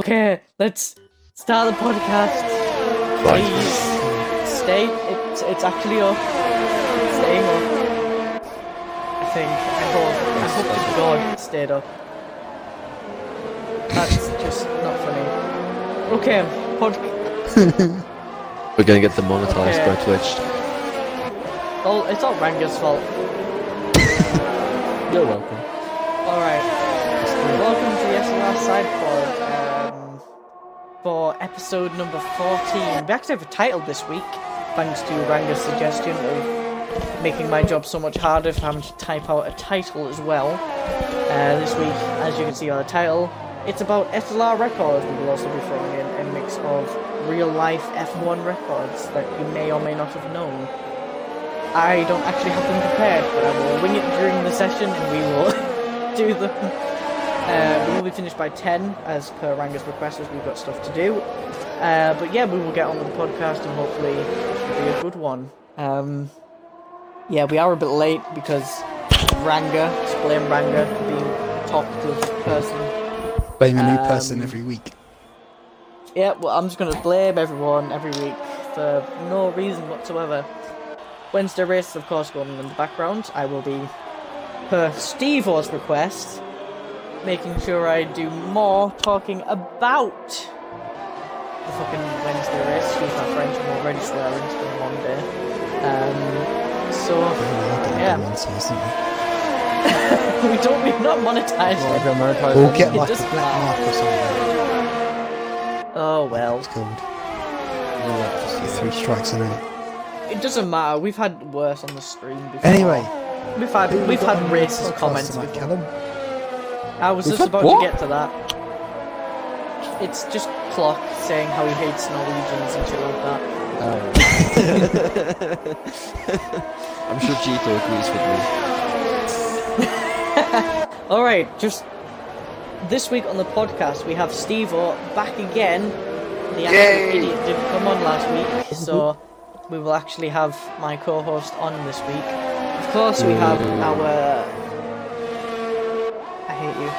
Okay, let's start the podcast. Right. Stay. It's it's actually up. Staying up. I think. I hope. I hope to God it stayed up. That's just not funny. Okay. Pod. We're gonna get demonetized Okay. by Twitch. Oh, it's all Ranga's fault. You're welcome. All right. Welcome to the SLR side pod um, for episode number fourteen. We actually have a title this week, thanks to Ranga's suggestion of making my job so much harder for having to type out a title as well. Uh, this week, as you can see on the title, it's about SLR records. We will also be throwing in a mix of real life F1 records that you may or may not have known. I don't actually have them prepared, but I will wing it during the session and we will do them. Uh, we will be finished by 10, as per Ranga's request, as we've got stuff to do. Uh, but yeah, we will get on with the podcast and hopefully it'll be a good one. Um, yeah, we are a bit late because Ranga, let's blame Ranga for being talkative person. Blame a new person Um, every week. Yeah, well, I'm just going to blame everyone every week for no reason whatsoever. Wednesday race, of course, going on in the background. I will be, per Steve O's request, making sure I do more talking about the fucking Wednesday race. Excuse my French, I'm already swearing. It's been a long day. Um, so, yeah. we don't, we've not monetized it. We'll get It like a doesn't black mark or something. Oh, well. It's called. Get three strikes and out. It doesn't matter. We've had worse on the stream before. Anyway, We've had who we've got had on the racist podcast comments tonight, before. Callum? I was just had about what? to get to that. It's just Clock saying how he hates Norwegians and shit like that. Um, I'm sure Gito agrees with me. Alright, just this week on the podcast we have Steve O back again. The actual idiot didn't come on last week, so we will actually have my co host on this week. Of course we have our I hate you.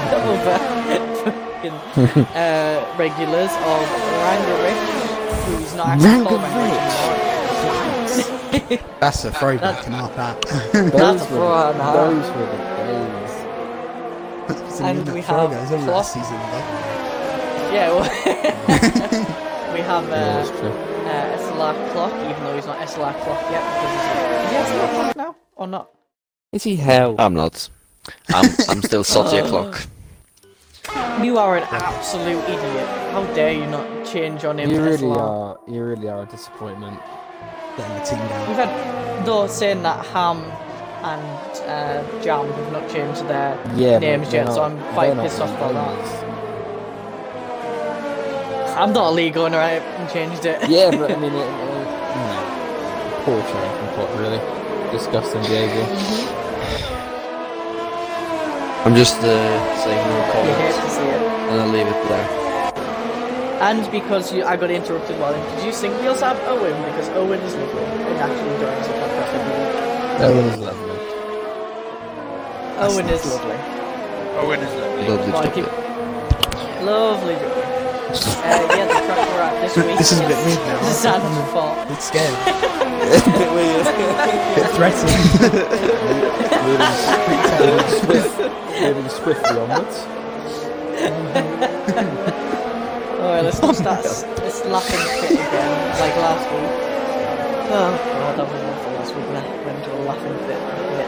Double fucking uh, regulars of Ranga Rich, who's not actually called Ranga Ranga Rich anymore. That's a throwback and half that. That's Those were four and a half. Those were the It's a And new we throwback. have It's only last Klopp. season of Yeah, well, we have days. uh, uh, SLR Clock, even though he's not SLR Clock yet. Because he's, is he SLR Clock now? Or not? Is he hell? I'm not. I'm I'm still salty o'clock. You are an absolute idiot. How dare you not change your name you to really SLR? are. You really are a disappointment. letting the team down. We've had, though, saying that Ham and uh, Jam have not changed their Yeah. names but yet, they're so not- I'm quite they're not pissed off about that. famous. I'm not illegal and I haven't changed it. yeah, but I mean, it, it, no. poor Charlton Pot, really. Disgusting behaviour. I'm just uh, saying no You hate comments to see it. and I'll leave it there. And because you, I got interrupted while introducing, we also have Owen because Owen is lovely and actually joins the podcast every week. That was lovely. Owen is lovely. Lovely Well, I chocolate. keep... Lovely. job. Uh, yeah, the track we're at this week. This is a bit weird now. This is Andy's fault. It's scary. a bit threatening. Moving swift- Moving swiftly onwards. Alright, let's not start s- this laughing fit again, like last week. Oh god, that was awful last week when I went to a laughing fit. Yeah.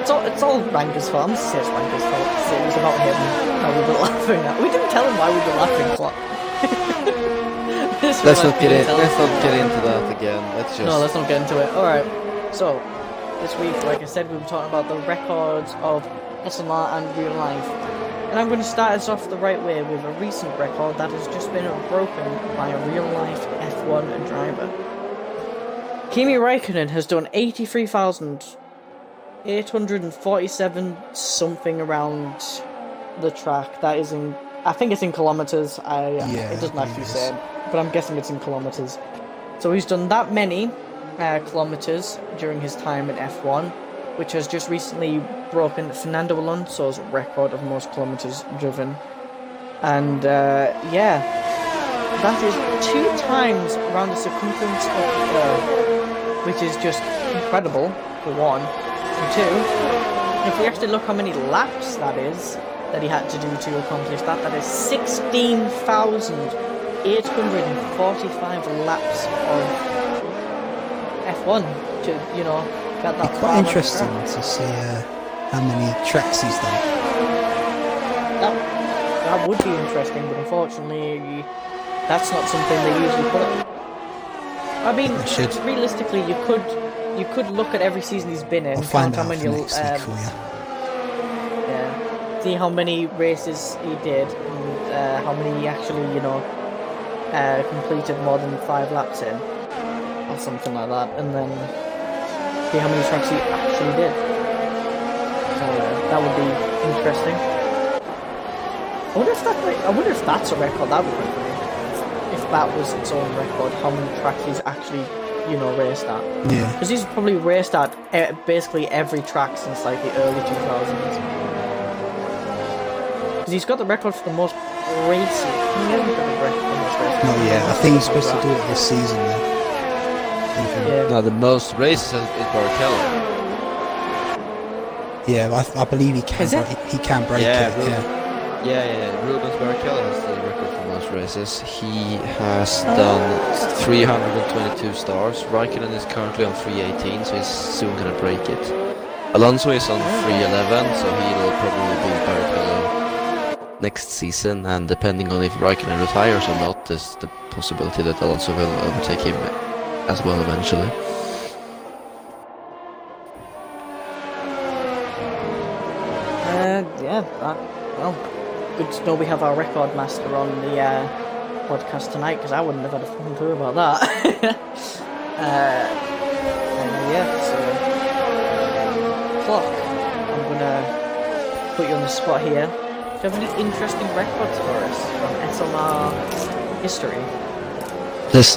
It's all, it's all Ranker's fault. I'm serious Ranker's fault. It's- It was about him. How we were laughing at. We didn't tell him why we were laughing, Clock. This Let's was not get didn't in. tell Let's him. not get into that again. Let's just. No, let's not get into it. Alright, so, this week, like I said, we were talking about the records of SMR and real life. And I'm going to start us off the right way with a recent record that has just been broken by a real life F1 driver. Kimi Raikkonen has done 83,847 something around the track. That is in. I think it's in kilometres. I, uh, Yeah, it doesn't I believe actually it say, is. it, but I'm guessing it's in kilometres. So he's done that many uh, kilometres during his time in F1, which has just recently broken Fernando Alonso's record of most kilometres driven. And uh, yeah, that is two times around the circumference of the Earth, which is just incredible, for one. And two, if we actually look how many laps that is that he had to do to accomplish that, that is 16,845 laps of F1 to, you know, get that It'd be far quite around the interesting track. to see uh, how many tracks he's done. That, that would be interesting, but unfortunately, that's not something they usually put. I mean, They should. realistically, you could you could look at every season he's been in, I'll count find how out many, for next week for um, you. yeah, see how many races he did, and uh, how many he actually, you know, uh, completed more than five laps in, or something like that, and then see how many tracks he actually did. So uh, that would be interesting. I wonder if that I wonder if that's a record that would be. If that was its own record, how many tracks he's actually, you know, raced at? Yeah. Because he's probably raced at eh, basically every track since like the early 2000s. Because he's got the record for the most races. He never got the record for the most races. No, yeah. I think he's supposed to do it this season. Though. Even- Yeah. Now the most races is Barrichello. Yeah, I, I believe he can. Is it? Break, he can break Yeah, it. really. Yeah. Yeah, yeah, yeah. Rubens Barrichello has the record for most races. He has done 322 stars. Raikkonen is currently on 318, so he's soon gonna break it. Alonso is on 311, so he'll probably be Barrichello next season. And depending on if Raikkonen retires or not, there's the possibility that Alonso will overtake him as well eventually. Uh, yeah, that, well, good to know we have our record master on the uh, podcast tonight because I wouldn't have had a fucking clue about that. uh, and yeah, so clock. I'm gonna put you on the spot here. Do you have any interesting records for us on SLR history? There's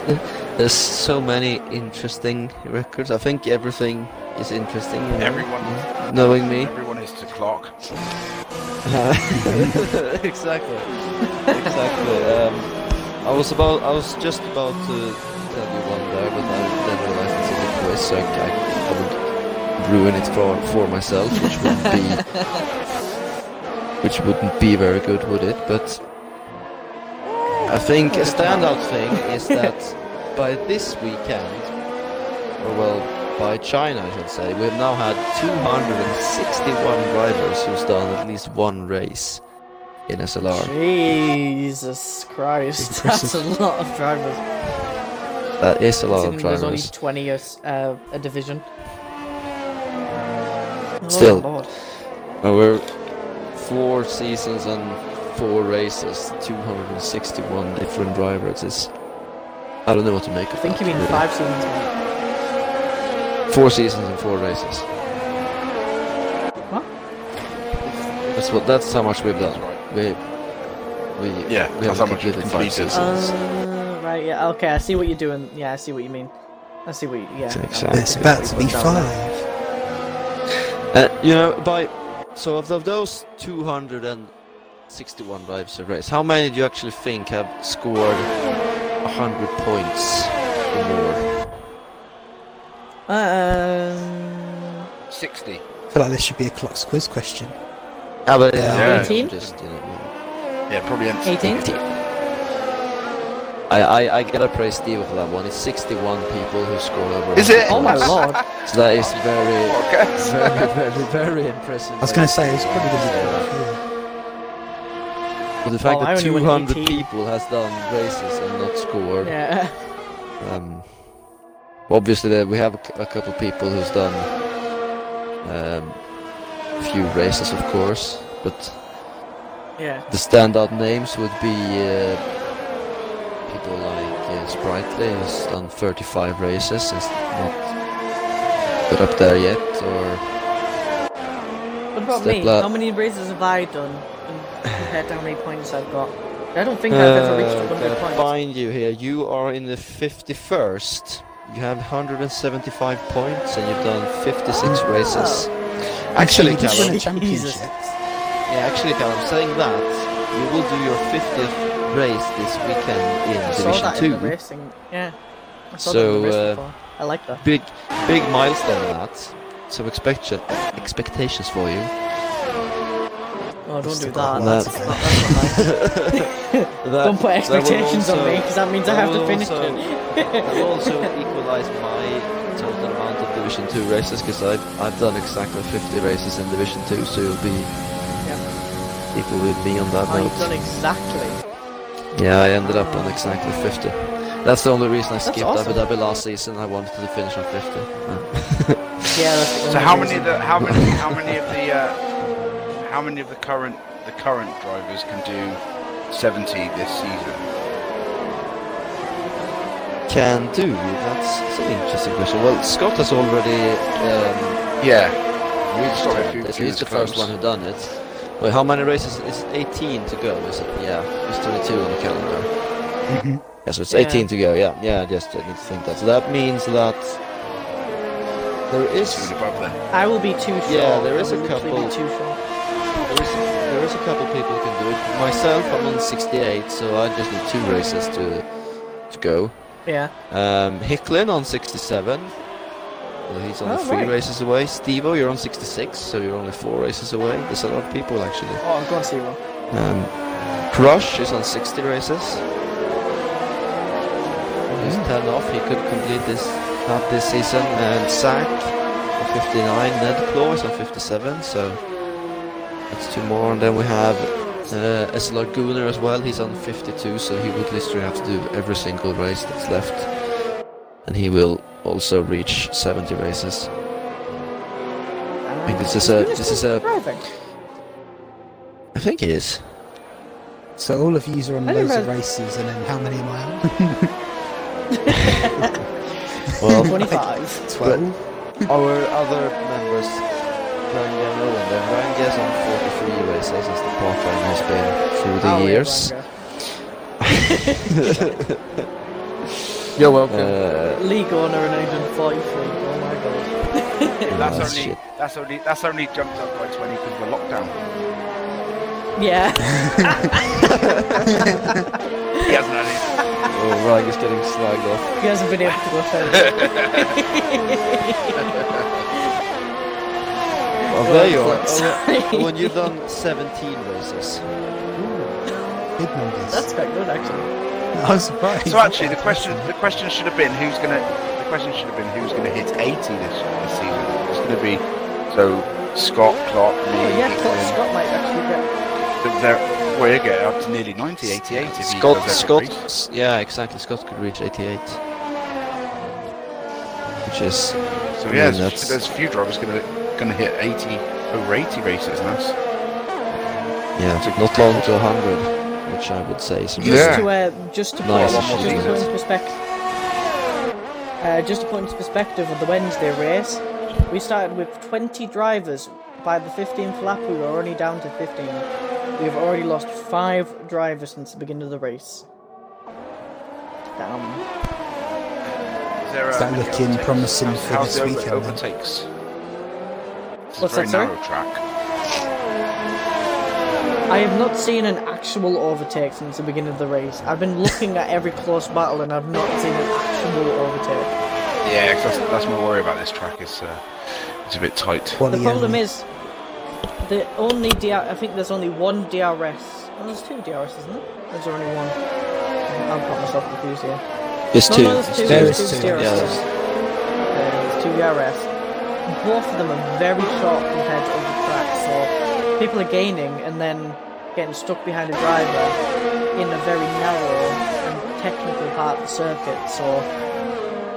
there's so many interesting records. I think everything is interesting. You know? Everyone. Mm-hmm. knowing me. Everyone is to clock. exactly. Exactly. Um, I was about. I was just about to tell you one there, but I then realized it's in the quiz, so I, I, I would ruin it for for myself, which wouldn't be which wouldn't be very good, would it? But I think a standout thing is that by this weekend, or well, by China, I should say, we've now had 261 drivers who's done at least one race in SLR. Jesus Christ, that's a lot of drivers. That is Uh, a lot of Considering there's only drivers. 20 a, uh, a division. Oh, Still. Lord. Now Uh, we're four seasons and four races, 261 different drivers. It's, I don't know what to make of I think that, you mean really. five seasons. mate. Four seasons and four races. What? That's what. That's how much we've done. We, we, Yeah, we that's haven't how much completed five we've completed. seasons. Uh, right. Yeah. Okay. I see what you're doing. Yeah. I see what you mean. I see what. You, yeah. Exactly. It's about to be Put down there. five. Uh, you know, by so of, of those 261 lives of race, how many do you actually think have scored 100 points or more? Um. 60. I feel like this should be a clocks quiz question. Ah, but Yeah. Eighteen? Just, you know, Yeah, probably. ends- 18? I, I, I gotta praise Steve for that one. It's 61 people who scored over. Is it? 100 Oh my points. lord. So that is very, Okay. very, very, very impressive. I was going to say it's probably going to be. But the fact Well, I that only went 200 18. people has done races and not scored. Yeah. Um, obviously, there we have a, cou- a couple people who's done um, a few races, of course, but Yeah. the standout names would be uh, people like uh, Sprightly, who's done 35 races, is not got up there yet, or What about Step me? lap. How many races have I done? And compared to how many points I've got. I don't think I've ever reached 100 points. Uh, find you here. You are in the 51st. You have 175 points, and you've done 56 Ah. races. Actually, he did Callum- win a Jesus. championship. Yeah, actually, Cal, I'm saying that. you will do your 50th race this weekend in I saw Division that in the 2. racing. Yeah. I saw that in So, the race uh, before. I like that. Big, big milestone that. So expect expectations for you. Oh, don't do stick that. on That's, that. not, that's not nice. That- Don't put that will expectations on also- me because that means I that have to will finish also- it. that will also equalise my total amount of Division 2 races because I've, I've done exactly 50 races in Division 2, so you'll be equal with me on that Oh, you've done note. exactly. Yeah, I ended up on exactly 50. That's the only reason I skipped awesome. Abu Dhabi last season. I wanted to finish on 50. Yeah. Yeah. That's the So only how many reason. of the how many how many of the uh, how many of the current the current drivers can do 70 this season? Can do. That's an interesting question. Well, Scott has already um, Yeah, reached Sorry, it. few- He's few is the first close. one who done it. Wait, how many races? It's 18 to go, is it? Yeah, it's 22 on the calendar. Yeah, so it's Mm-hmm. Yeah. 18 to go. Yeah, yeah. I Just I need to think that. So that means that there is soon above them. I will be too short. Yeah, there is I a will literally couple. Be too short. There is, there is a couple people who can do it. Myself, I'm on 68, so I just need two races to to go. Yeah. Um, Hicklin on 67. Well, he's only Oh, three right. races away. Stevo, you're on 66, so you're only four races away. There's a lot of people actually. Oh, I'm going to see one. Um, Crush is on 60 races. He's 10 off. He could complete this up this season. And Sack on 59. Ned Claw is on 57. So that's two more. And then we have uh, SLR Gunnar as well. He's on 52. So he would literally have to do every single race that's left. And he will also reach 70 races. Uh, I mean, this is a this is a Driving. I think it is. So all of you are on I didn't loads of realise- races, and then how many am I on? Well, 25. Twelve. Our other members, Ranga and Owen, then Ranga's on 43 races as the profile has been through the Oh, wait, years. Ranga. You're welcome. Uh, League owner and I done 43. Oh my god. That's that's Oh, only shit. that's only that's only jumped up by 20 because of the lockdown. Yeah. He hasn't had it. oh, Ranga's getting slagged off. he hasn't been able to go further. Oh, there you are. Sorry. Owen, Owen, you've done 17 races. Big numbers. That's quite good, actually. I was surprised. So actually, the question the question should have been who's gonna the question should have been who's gonna hit 80 this, this season. It's gonna be so Scott, Clark, me, Oh, yeah, Scott, Ethan, Scott might actually th- they're- well, you get up to nearly 90, 88. if he Scott, does Scott, every race. s- yeah, exactly. Scott could reach 88. Which is, I So yeah, mean, there's, Mm, that's- there's a few drivers gonna gonna hit 80 over 80 races, and that's yeah, not long to 100, which I would say is get. Just to, uh, just to put, Nice, just to she's put doing into perspective. Uh, just to put into perspective of the Wednesday race, we started with 20 drivers. By the 15th lap, we were already down to 15. We've already lost five drivers since the beginning of the race. Damn. is there, Is uh, that many looking overtakes? promising How's- for how's this the over- weekend, then? Overtakes. It's What's a very that, sorry? narrow track. I have not seen an actual overtake since the beginning of the race. I've been looking at every close battle and I've not seen an actual overtake. Yeah, 'cause that's, that's my worry about this track. Is uh, it's a bit tight. Well, The problem um, is, the only DR, I think there's only one DRS. Oh, there's two DRS, isn't there? There's only one. I've got myself confused here. It's No, two. no, there's two. it's There There's is two two, DRS. yeah, There's there's Uh, two DRS. Both of them are very short compared to other tracks, so people are gaining and then getting stuck behind a driver in a very narrow and technical part of the circuit, so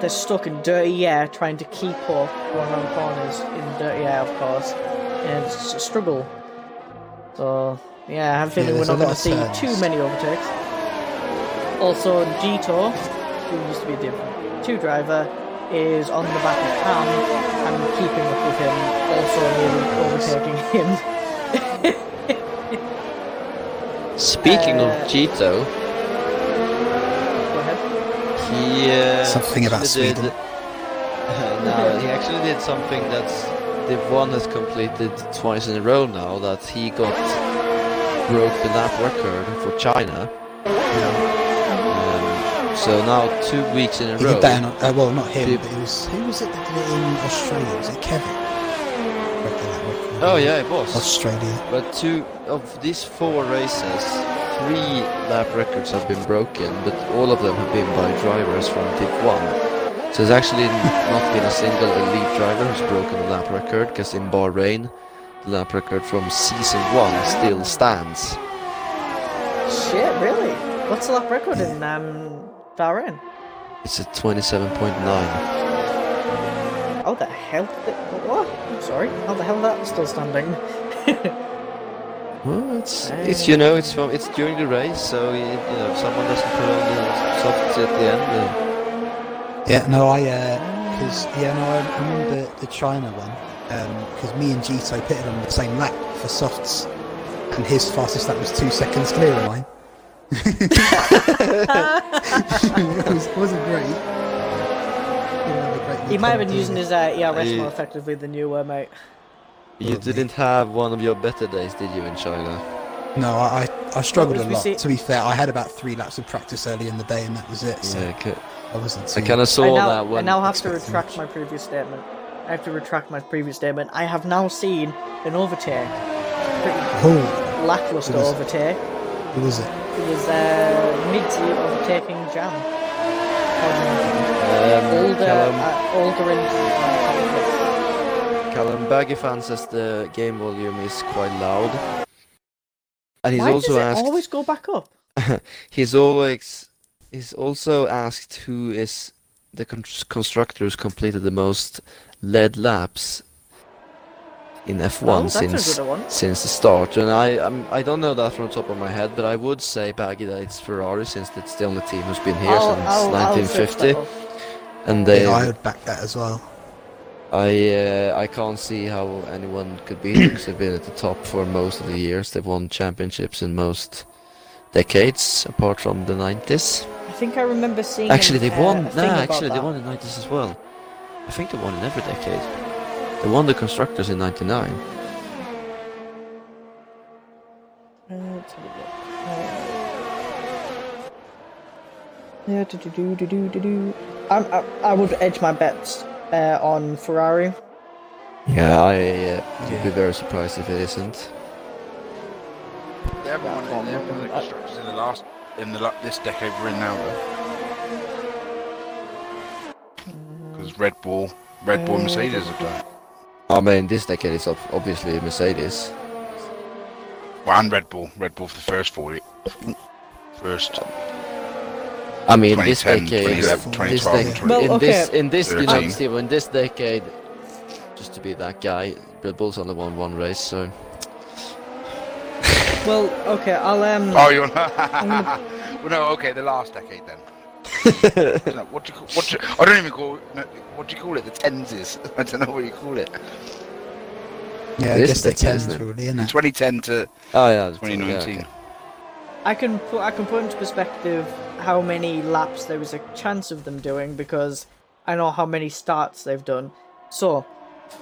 they're stuck in dirty air trying to keep up going around corners in dirty air, of course, and it's a struggle. So, yeah, I have a feeling we're there's not a lot going to of see turns. too many overtakes. Also, Gito, who used to be a Div 2 driver, is on the back of Cam and keeping up with him, also nearly overtaking him. Speaking Uh, of Gito, Go ahead. He uh, Something about actually Sweden. Did, no, he actually did something that's the one has completed twice in a row now. That he got broke the lap record for China. Um, so now two weeks in a He row. did that in, uh, well, not him, Did- but it was, who was it that did it in Australia? Was it Kevin? Broke the network. Oh yeah, it was. Australia. But two of these four races, three lap records have been broken, but all of them have been by drivers from Div One. So there's actually not been a single elite driver who's broken the lap record, because in Bahrain, the lap record from season one still stands. Shit, really? What's the lap record in um, Bahrain? It's a 27.9. How the hell did it... What? I'm sorry. How the hell that's still standing? Well, it's it's you know it's from it's during the race, so you, you know if someone doesn't put on the softs at the end. then Yeah, no, I, because, yeah, no, I remember the China one, because me and Gito pitted on the same lap for softs, and his fastest lap was two seconds clear of mine. it, was, wasn't great. Didn't have a great He might have been weekend, using did his uh, ERS more I- effectively than you were, mate. You didn't have one of your better days, did you, in China? he? No, I, I, I struggled What a was we lot. see- To be fair, I had about three laps of practice early in the day, and that was it. So Yeah, okay. I wasn't. I too- kind of saw I now, that I one. now have to expecting retract much. my previous statement. I have to retract my previous statement. I have now seen an overtake. Pretty Oh, lackluster It was- overtake. who was it? It was uh, mid overtaking Jam. Um, Um, older, Callum, uh, older and... Uh, Callum Baggyfan says the game volume is quite loud, and he's why does also it asked. always go back up? He's always. He's also asked who is the con- constructor who's completed the most lead laps in F1 Oh, that's a since good one. since the start, and I I'm, I don't know that from the top of my head, but I would say Baggy that it's Ferrari since it's the only team who's been here I'll- since I'll- I'll search that 1950, up. and they Yeah, I would back that as well. I uh, I can't see how anyone could beat them. 'cause They've been at the top for most of the years. They've won championships in most decades, apart from the 90s. I think I remember seeing. Actually, they uh, won. a No, thing about actually they that. won in 90s as well. I think they won in every decade. They won the constructors in 99. Uh, let's have a look. Uh, Yeah, do do do do do do. I'm, I, I would edge my bets uh, on Ferrari. Yeah, I uh, would be very surprised if it isn't. They haven't won it. They haven't won the constructors in the last in the la- this decade we're in now though. Because Red Bull, Red Bull, Mercedes have done it. I mean, this decade is ob- obviously Mercedes. Well, and Red Bull, Red Bull for the first forty. First, I mean, this 2010, decade, 2011, this 2012, dec- Well, in this, okay. in this, you know, 13. Steve, in this decade, just to be that guy, Red Bull's only won one race, so Well, okay, I'll um. oh, you're well, no, okay, the last decade then. I don't know, what do you call? What do, I don't even call. No, what do you call it? The tenses. I don't know what you call it. Yeah, I This guess the decade, tens isn't it? really, isn't it? 2010 to oh yeah, it's- yeah, 2019. okay. I can put I can put into perspective how many laps there was a chance of them doing because I know how many starts they've done. So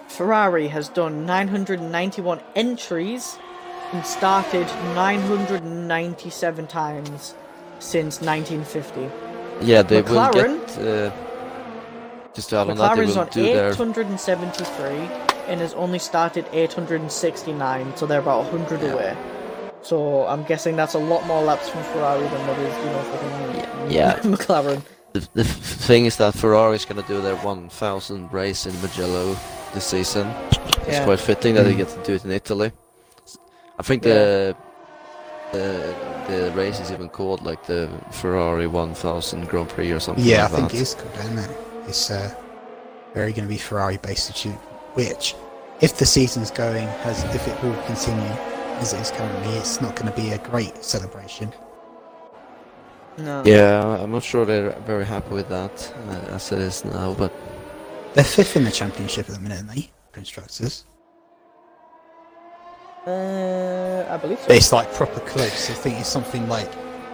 Ferrari has done 991 entries and started 997 times since 1950. Yeah, they will McLaren? get. Uh, just to add on that, they McLaren's will on do their. 873 and has only started 869, so they're about 100 away. So I'm guessing that's a lot more laps from Ferrari than there is, you know, fucking Yeah. McLaren. The, the f- thing is that Ferrari's going to do their 1,000 race in Mugello this season. It's Yeah. quite fitting that they Mm. get to do it in Italy. I think the, the the race is even called like the Ferrari 1000 Grand Prix or something. Yeah, I like think that. it is good, isn't it? It's uh, very going to be Ferrari based attitude, which, if the season's going as if it will continue as it is currently, it's not going to be a great celebration. No. Yeah, I'm not sure they're very happy with that uh, as it is now, but They're fifth in the championship at the minute, aren't they? Constructors. Uh, I believe so. But it's like proper close. I think it's something like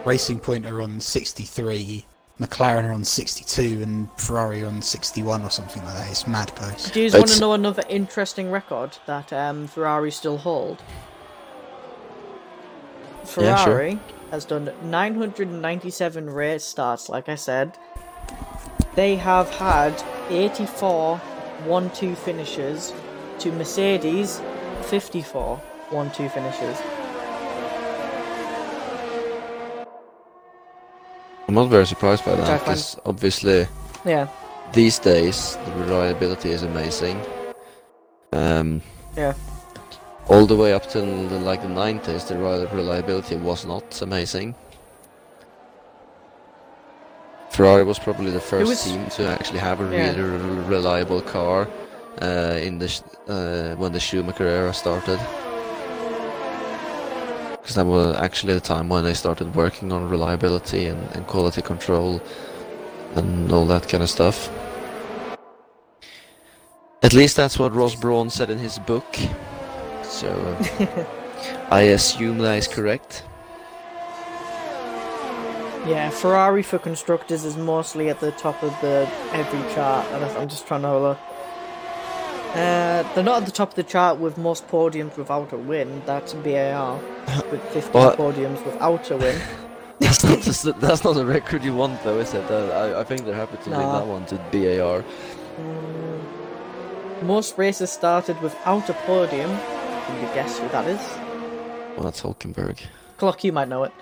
Racing Point are on 63, McLaren are on 62, and Ferrari on 61 or something like that. It's mad close. Do you want to It's- know another interesting record that um, Ferrari still hold? Yeah, sure. Ferrari has done 997 race starts, like I said. They have had 84 1 2 finishes to Mercedes 54 1 2 finishes. I'm not very surprised by Which I that find- because obviously Yeah, these days the reliability is amazing. Um, yeah. all the way up to the, like the 90s, the reli- reliability was not amazing. Ferrari was probably the first was- team to actually have a Yeah. really re- reliable car uh, in the sh- uh, when the Schumacher era started. Because that was actually the time when they started working on reliability and, and quality control and all that kind of stuff. At least that's what Ross Brawn said in his book. So uh, I assume that is correct. Yeah, Ferrari for constructors is mostly at the top of the every chart, and I- I'm just trying to look. Uh, they're not at the top of the chart with most podiums without a win. That's BAR with 15 Well- podiums without a win. That's not just, that's not a record you want though, is it? Uh, I, I think they're happy to leave No. that one to BAR. Most races started without a podium. Can you guess who that is? Well, that's Hulkenberg. Clock, you might know it.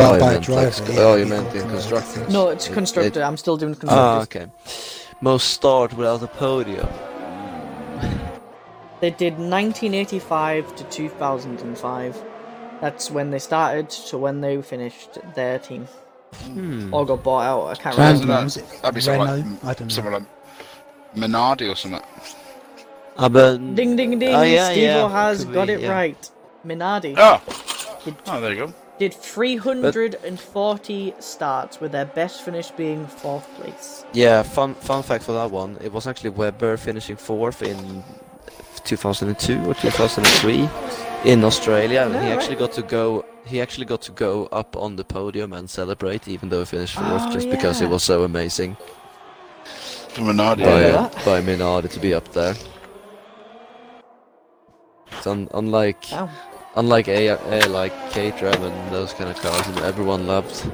Oh, But you by a meant like driver. sc- yeah, oh, you it'd be meant in Hulkenberg, I constructors. think. No, it's It- constructor. it- I'm still doing Ah, constructors. okay. Most start without a podium. They did 1985 to 2005. That's when they started to when they finished their team. Hmm. Or got bought out. I can't remember. Random, was it That'd be someone like, Renault? I don't know. someone like Minardi or something. Ah, but Ding ding ding! Oh, yeah, Steve yeah. has Could got be, it yeah. right. Minardi Oh, oh, there you go. did 340 starts with their best finish being fourth place. yeah, fun fun fact for that one. It was actually Webber finishing fourth in 2002 or 2003 in Australia, and No, he right. actually got to go. He actually got to go up on the podium and celebrate, even though he finished fourth, Oh, just because it yeah. was so amazing. To Minardi. by, Yeah. uh, by Minardi to be up there. It's un- unlike Wow. unlike a, a like Caterham and those kind of cars, and everyone loved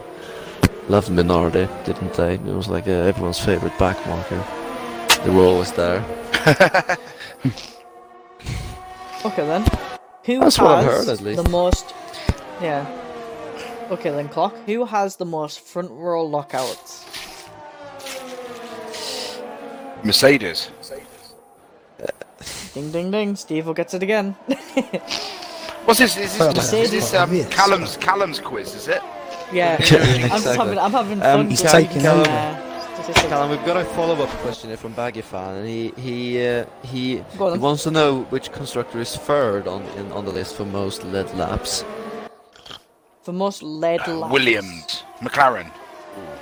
loved Minardi, didn't they? It was like uh, everyone's favorite backmarker. They were always there. Okay then. Who That's has what I've heard, at least. the most? Yeah. Okay then, clock. Who has the most front row lockouts? Mercedes. Ding ding ding! Steve will gets it again. What's this? Is Oh, this, is this yeah. um, Yes. Callum's Callum's quiz? Is it? yeah. I'm just having I'm having fun. Um, with he's the, taking over. uh, statistics. Callum, we've got a follow-up question here from Baggy Fan, and he he uh, he, Go on. he wants to know which constructor is third on in, on the list for most lead laps. For most lead laps. Williams, McLaren.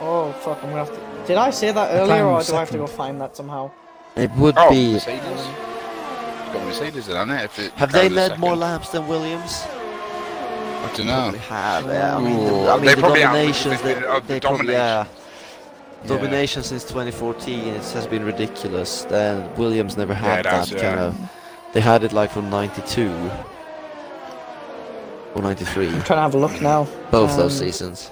Oh fuck! I'm gonna have to. Did I say that earlier, or do I have to go find that somehow? It would Oh, be. Mercedes. It's got Mercedes in, hasn't it? If it Have they McLaren's led second. more laps than Williams? I don't know. They have. Yeah, I mean, Ooh, the, I mean, they the probably have, dominations. because They, they- of the they probably- domination. yeah. uh, Domination since 2014 it has been ridiculous. Then Williams never had it has, that yeah. kind of. They had it like from 92 or 93, I'm trying to have a look now. both those Um, seasons.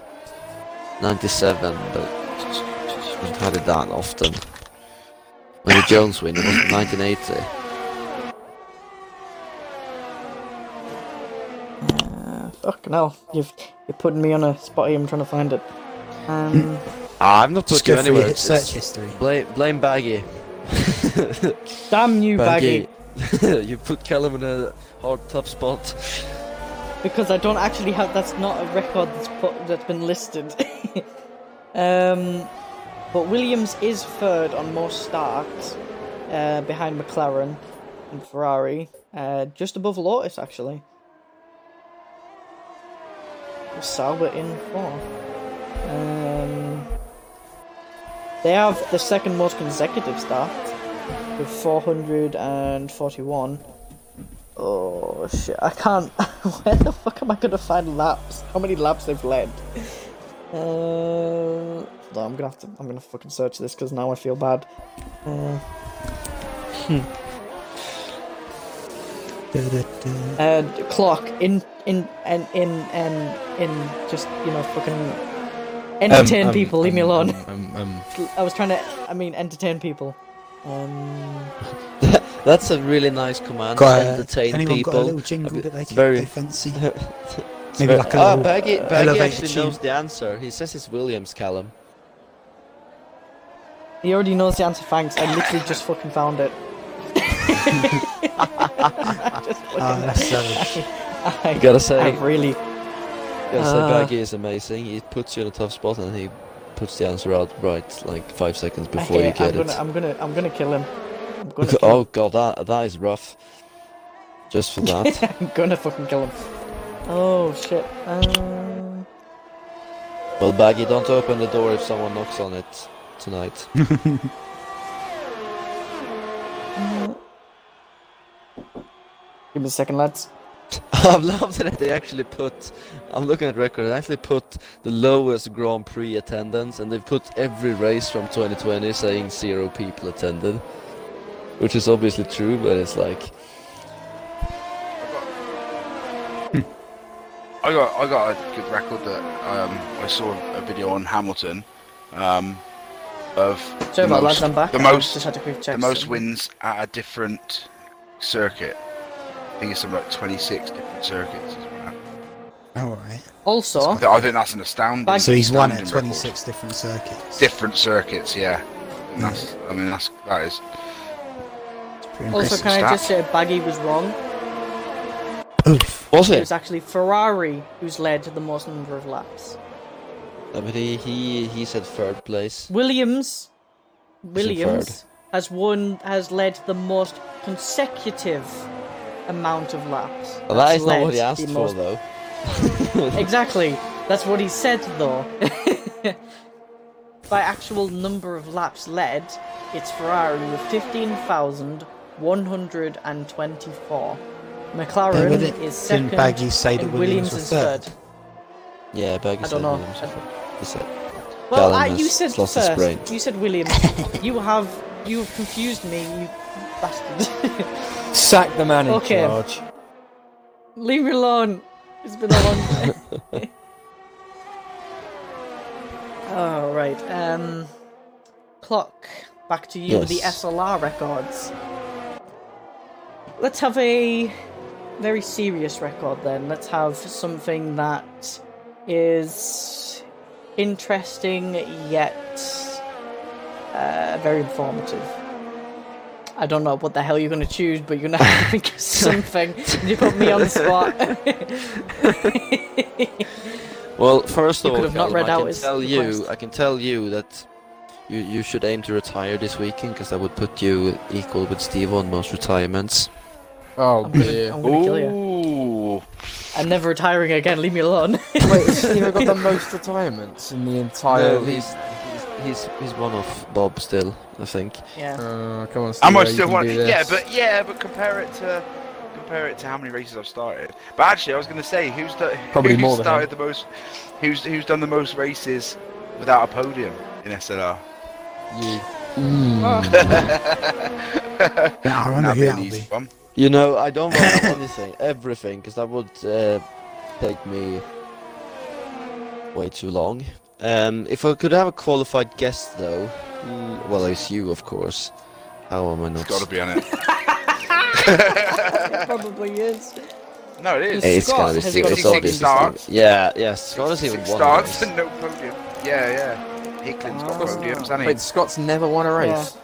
97, but haven't had it that often. When the Jones win, it was 1980. Fuck no! You've you're putting me on a spot here. I'm trying to find it. Um, Ah, I'm not Just putting you go through anywhere. your It's- search history. blame, blame Baggy. damn you, baggy. Baggy. you put Callum in a hard, tough spot. because I don't actually have. That's not a record that's put, that's been listed. um, but Williams is third on most starts, uh, behind McLaren and Ferrari, uh, just above Lotus actually. With Sauber in fourth. Um, they have the second most consecutive starts with 441. Oh shit! I can't. Where the fuck am I gonna find laps? How many laps they've led? Uh, no, I'm gonna have to. I'm gonna fucking search this because now I feel bad. Uh, Du-du-du. uh, clock in in and in and in just you know fucking Um, entertain people. leave me alone. Um, um, um, I was trying to. I mean, entertain people. Um, That's a really nice command. Got a- entertain anyone people. got a little jingle that they, It's very- they fancy? It's Maybe very- like a Ah, little Baggy, Baggy elevator actually tune. knows the answer. He says it's Williams, Callum. he already knows the answer. Thanks. I literally just fucking found it. I just fucking. Ah, that's savage. I, You gotta say, I really. gotta say, uh, Baggy is amazing. He puts you in a tough spot and he puts the answer out right like five seconds I before you hate- I'm get gonna, it. I'm gonna. I'm gonna kill him. I'm gonna. Kill oh god, that that is rough. Just for that. I'm gonna fucking kill him. Oh shit. Um, well, Baggy, don't open the door if someone knocks on it tonight. give me a second, lads. I've loved that they actually put. I'm looking at record. They actually put the lowest Grand Prix attendance, and they've put every race from 2020 saying zero people attended, which is obviously true, but it's like I got I got a good record that um, I saw a video on Hamilton um, of Sorry the about most, lads. I'm back. the I most just had to quick check the most something. wins at a different circuit. I think it's something like 26 different circuits. All right. I Also, thi- I think that's an astounding. So he's won at astounding record. 26 different circuits. different circuits. Yeah, and that's I mean that's that is It's pretty also, impressive. Christmas can I stuff. just say Baggy was wrong? Oof. was It it? was actually Ferrari who's led the most number of laps. I mean, he he he said third place. Williams, Williams third. has won, has led the most consecutive amount of laps. Well, that That's is not led what he the asked for, most- though. Exactly. That's what he said, though. By actual number of laps led, it's Ferrari with 15,124. Yeah, McLaren but it- is second. didn't Baggy say that and Williams Williams was is third? third. Yeah, Baggy I said don't know. Williams. He said. Well, Callum I, you has said lost his brain. first. You said Williams. you have you have confused me. You bastard. sack the man in Okay. charge. Leave me alone. It's been a long day. All right. Um, clock. Back to you. with The Yes. SLR records. Let's have a very serious record then. Let's have something that is interesting yet uh, very informative. I don't know what the hell you're going to choose, but you're going to have to think of something. You put me on the spot. Well, first You of could all, have not Callum, read I out can his tell you, request. I can tell you that you you should aim to retire this weekend because that would put you equal with Steve on most retirements. Oh I'm dear. going to kill you. ooh. I'm never retiring again. Leave me alone. Wait, has Steve got the most retirements in the entire No, he's, he's he's he's one of Bob still, I think. yeah. Uh, come on, Steve. Am I still one? Yeah, but yeah, but compare it to compare it to how many races I've started. But actually, I was going to say who's the Probably who's more than started the most. Who's who's done the most races without a podium in SLR? You. Yeah, I wonder who That'd be that an will easy be. one. You know, I don't want anything, everything, because that would uh, take me way too long. Um, if I could have a qualified guest, though, mm, well, it's you, of course. How am I It's not? got to be on it. It probably is. No, it is. Hey, It's Scott gotta be has Steve. got It's 66 obviously starts. Steve. Yeah, yeah. Scott has even Six won. starts race. and no podium. Yeah, yeah. Hicklin's got Ah. podiums, hasn't he? Wait, Scott's never won a race.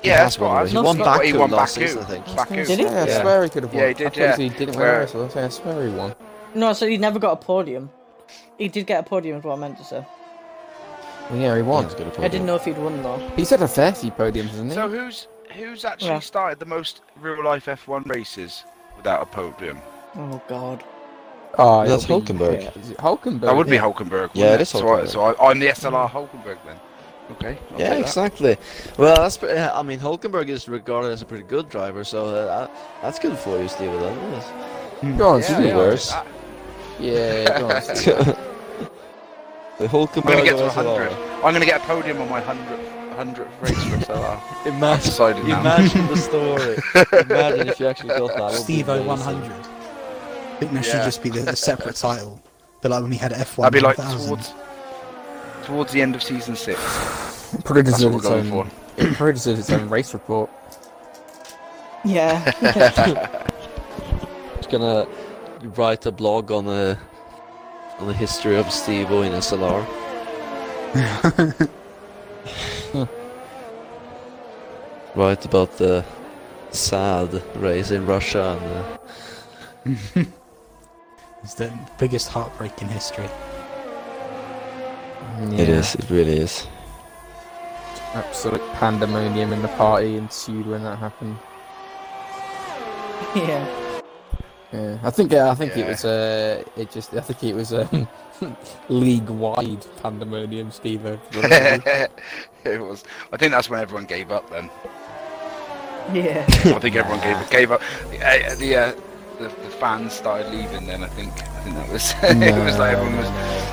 He yeah, has that's what won. I race. was He won Not Baku, he Baku won last Baku. season, I think. Baku. Did he? Yeah, I Yeah. swear he could have won. Yeah, he did, I thought yeah. He didn't win Where- a race. I was saying, I swear he won. No, so he never got a podium. He did get a podium, is what I meant to say. Well, yeah, he won. He's got a I podium. didn't know if he'd won though. He's had a fair few podiums, hasn't he? So who's who's actually Yeah. started the most real life F1 races without a podium? Oh God. oh, That's it'll be- Hulkenberg. yeah, is it Hulkenberg. That would be yeah. Hulkenberg. Oh, Yeah, wouldn't it is So, I, Hulkenberg. so I, I'm the SLR Hulkenberg then. Okay. I'll Yeah, take that. exactly. Well, that's. pre- uh, I mean, Hulkenberg is regarded as a pretty good driver, so uh, that- that's good for you, Steve. That is. Go on, Yeah, Steve. yeah, Uh, I'll worse. take that. Yeah, go on, Steve. the Hulkenberg. I'm gonna get to of SLR. 100. I'm gonna get a podium on my 100th hundredth race for SLR. I've Imagine, decided now. imagine the story. Imagine if you actually built that. Steve O 100. I think that should Yeah. just be the, a separate title. But like when we had F1, That'd be like 1000. towards towards the end of season six. It probably That's what deserves we're its going own. for. It probably deserves its own race report. Yeah. Just gonna write a blog on the on the history of Steve O in SLR. write about the sad race in Russia and. Uh, It's the biggest heartbreak in history. It is. It really is. Absolute pandemonium in the party ensued when that happened. yeah. Yeah, I think uh, I think it Yeah. was uh, it just I think it was um, league wide pandemonium, Steve. It it was. I think that's when everyone gave up. Then Yeah. I think everyone gave gave up. Uh, the, uh, the the fans started leaving. Then I think I think that was it was like everyone was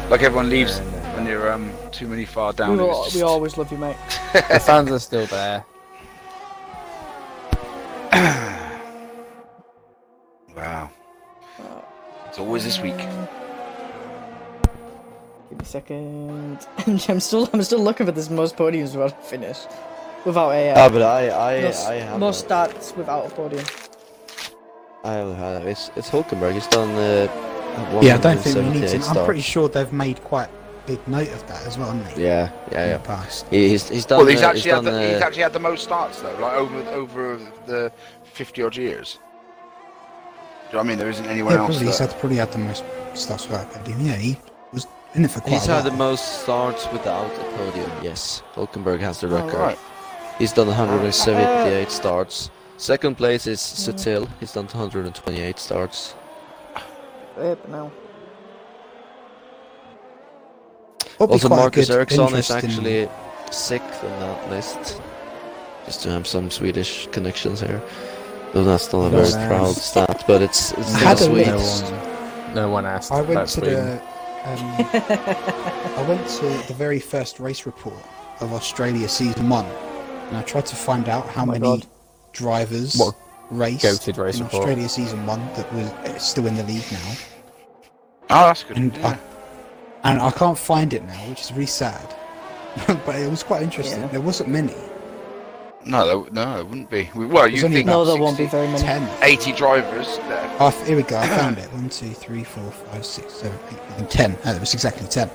like everyone leaves when you're um too many far We, down. it will, was we just- always love you, mate. the fans are still there. Wow. It's always this week. Give me a second. I'm still I'm still looking for this most podiums without a finish. Without a Ah, uh, but I, I, most, I have. most that. starts without a podium. I have had that. It's, it's Hulkenberg. He's done. Uh, Yeah, I don't think we need to. 178 I'm pretty starts. sure they've made quite big note of that as well, haven't they? Yeah, yeah, In yeah. the past. He, he's he's done. Well, he's uh, actually had done. the, he's uh, actually had the most starts though, like over over the fifty odd years. Do you know what I mean? There isn't anyone Yeah, else. uh, probably he's that- had, probably had the most stuff about him. Yeah, he was in it for quite he's a while. had the most starts without a podium. Yes, Hulkenberg has the record. Oh, right. Oh, He's done 178 starts. Second place is Hmm. Satil. He's done 128 starts. Uh, but no. Would be also, quite a Marcus good, Eriksson is interesting- actually sixth on that list. Just to have some Swedish connections here. Though that's not a No, very man. proud stat, but it's it's I still don't Sweden. know. No one, no one asked. I went about to Sweden. the. Um, I went to the very first race report of Australia season one, and I tried to find out how Oh my many God. drivers What raced goated race in report. Australia season one that was uh, still in the league now, Oh, that's good. and Yeah. I, and I can't find it now, which is really sad. but it was quite interesting. Yeah. There wasn't many. No, there, w- no, it wouldn't be. We- Well, you only think No, there won't be very many. Ten. 80 drivers there. Oh, f- here we go. I found it. One, two, three, four, five, six, seven, eight, nine, ten. Oh, it was exactly ten.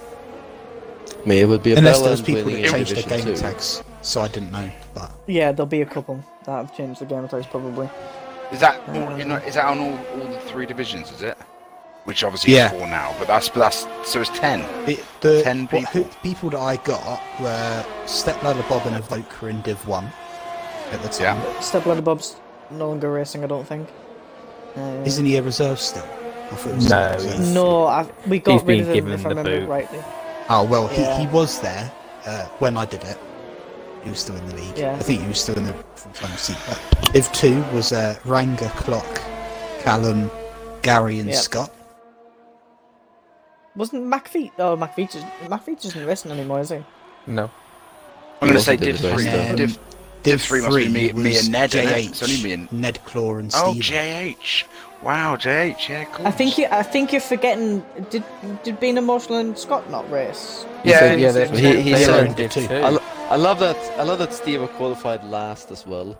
May it would be a Unless there was balance people winning that in changed their Division game two. tags, so I didn't know. But Yeah, there'll be a couple that have changed the game types probably. Is that Oh, all, you know, is that on all, all the three divisions? Is it? Which obviously Yeah. is four now, but that's that's so it's ten. It, the 10 what- who- people that I got were Step Ladder Bob and Evoker in Div 1 at the time. Step Ladder Bob's no longer racing, I don't think. Uh, Isn't he a reserve still? I thought it was No, a reserve. he's- Um, no, i we He's got been rid of him given if I the remember boot. rightly. Oh, well, Yeah. he, he was there uh, when I did it. He was still in the league. Yeah. I think he was still in the full time seat. But Div 2 was uh, Ranga, Clock, Callum, Gary, and Yep. Scott. Wasn't McFeet? Oh, McFeet just McFeet isn't racing anymore, is he? No, I'm going to also say did Div the best three. then. Div, Div three must be me- me was and Ned, innit? JH, It's only me and- Ned Claw, and oh, Steve. JH. Wow, JH. Yeah, cool. I think you. I think you're forgetting. Did did Bean and Marshall and Scott not race? Yeah, said- yeah, it's- they- He- he they said- owned it too. too. I, lo- I love that. I love that Steve are qualified last as well.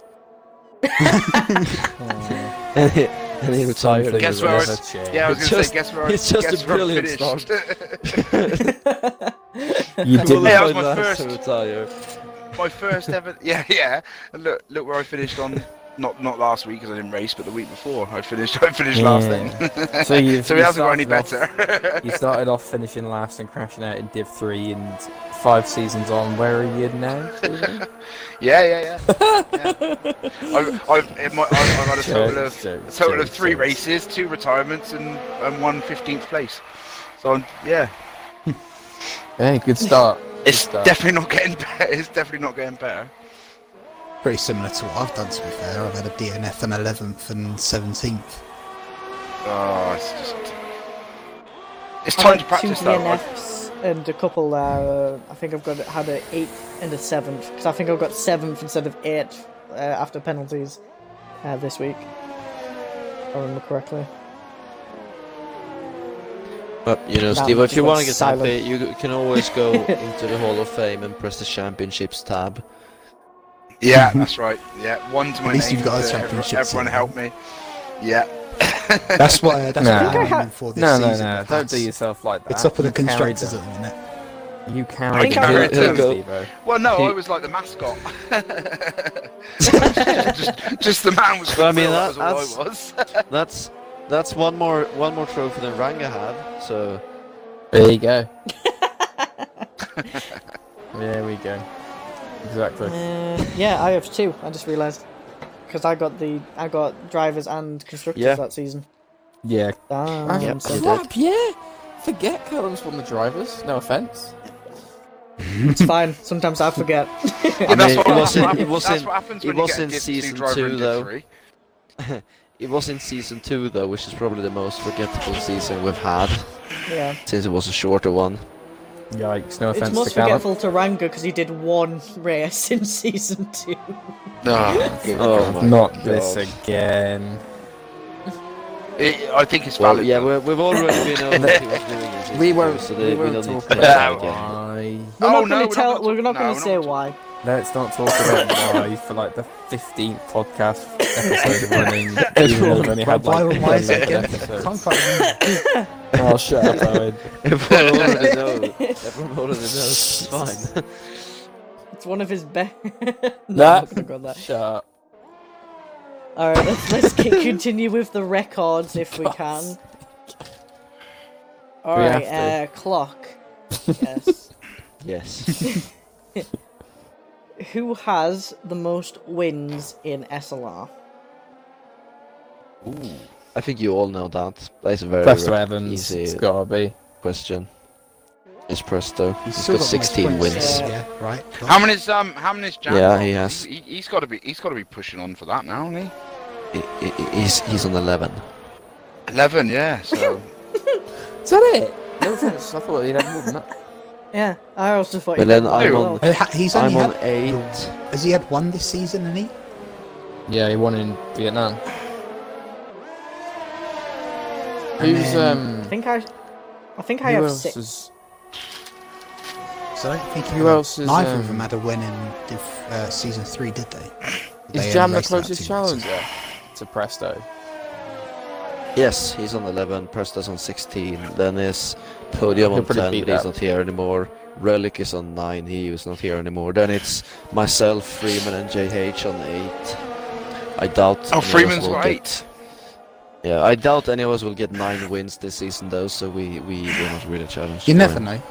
and he, and he retired. Something Guess will where never it's- change. Yeah, I was going to Just- say. Guess where? I- it's just a guess where I brilliant finished. You didn't. that was my Qualified last first. to retire. My first ever. Yeah, yeah. And look, look where I finished on. Not not last week because I didn't race, but the week before I finished. I finished last Yeah. then. So, you, so you it hasn't got any started off- better. you started off finishing last and crashing out in Div 3, and five seasons on, where are you now? Stephen? Yeah, yeah, yeah. yeah. I've, I've, in my, I've, I've had a total Joke, of joke, a total joke, of three joke. races, two retirements, and, and one 15th place. So I'm, yeah, Hey, good start. it's Good start. definitely not getting better. It's definitely not getting better. Pretty similar to what I've done, to be fair. I've had a DNF on 11th and 17th. Oh, it's just. It's I time had to practice two though. DNFs and a couple there. Uh, I think I've got had a eighth and a seventh because I think I've got seventh instead of eighth uh, after penalties uh, this week. If I remember correctly. But you know, That Steve, much if you was want to get silent. happy, you can always go into the Hall of Fame and press the Championships tab. Yeah, that's right. Yeah, one to my least name, you've got a uh, everyone- championship Everyone, team. help me. Yeah. That's what uh, that's No. what I I'm think I aiming for this No, no, season. no! Don't perhaps. do yourself like that. It's up with the You carried constructors that. at the minute. You I carried think that. I heard He'll- he'll it Steve-o. Well, no, He- I was like the mascot. just, just the man was. Well, I mean, that, that- was all I was. That's that's one more one more trophy than Ranga had. So There you go. there we go. Exactly. Uh, yeah, I have two. I just realised because I got the I got drivers and constructors Yeah. that season. Yeah. Ah. Damn. son. Slap, yeah. Forget Callum's one of the drivers. No offense. It's fine. Sometimes I forget. Yeah, mean, it that's what hap- wasn't- it that's wasn't- what happens it when you get wasn't gift season driver two, and gift though. three. it was in season two though, which is probably the most forgettable season we've had yeah. since it was a shorter one. Yikes! No It's offense most to Callum. forgetful to Ranga because he did one race in season two. Oh my Not God. this again. It- I think it's Well, valid. yeah, we're, we've already been over he was doing it. We won't. So we they, we won't don't need talk to play about about again. why. We're Oh, not going no, we're to not tell. gonna- We're not no, going we're to not say gonna- why. Let's not talk about why for like the fifteenth podcast episode running. even though we've only Why, had, why, like, why is it again? 11 I episodes. can't quite remember. Oh, shut up, Owen. Everyone already knows. Everyone already knows. It's fine. It's one of his best. Nah. All Shut up. right, let's let's keep, continue with the records if we can. All We right, uh, have clock. Yes. Yes. Who has the most wins in SLR? I think you all know that. That's a very Presto re- Evans. easy It's gotta be. question. It's Presto. He's He's still got got the most 16 points, wins. wins. Yeah, right. How many's um? How many's Jan? Yeah, got? he has. He, he's got to be. He's got to be pushing on for that now, hasn't He- he- he's, he's on 11. he? Eleven, yeah. So Is that it? No offense. I thought he'd have more than that. Yeah, I also thought. But you then did I'm very on- well. Uh, ha- He's only I'm on had, 8. has he had one this season, and he? Yeah, he won in Vietnam. Who's then- I um? think I, I think I who have else six. is- So I don't think Who he- else is, Neither of um, them had a win in div- uh, season three, did they? They, Is um, Jam the raced that closest two months. challenger to Presto? Yes, he's on 11. Presto's on 16. Then is Podium He'll on probably 10, beat but he's that. not here anymore. Relic is on 9. He was not here anymore. Then it's myself, Freeman, and JH on 8. I doubt. any of us Freeman's will got get- eight. Yeah, I doubt any of us will get 9 wins this season, though, so we, we will not really challenge. You for never him. know.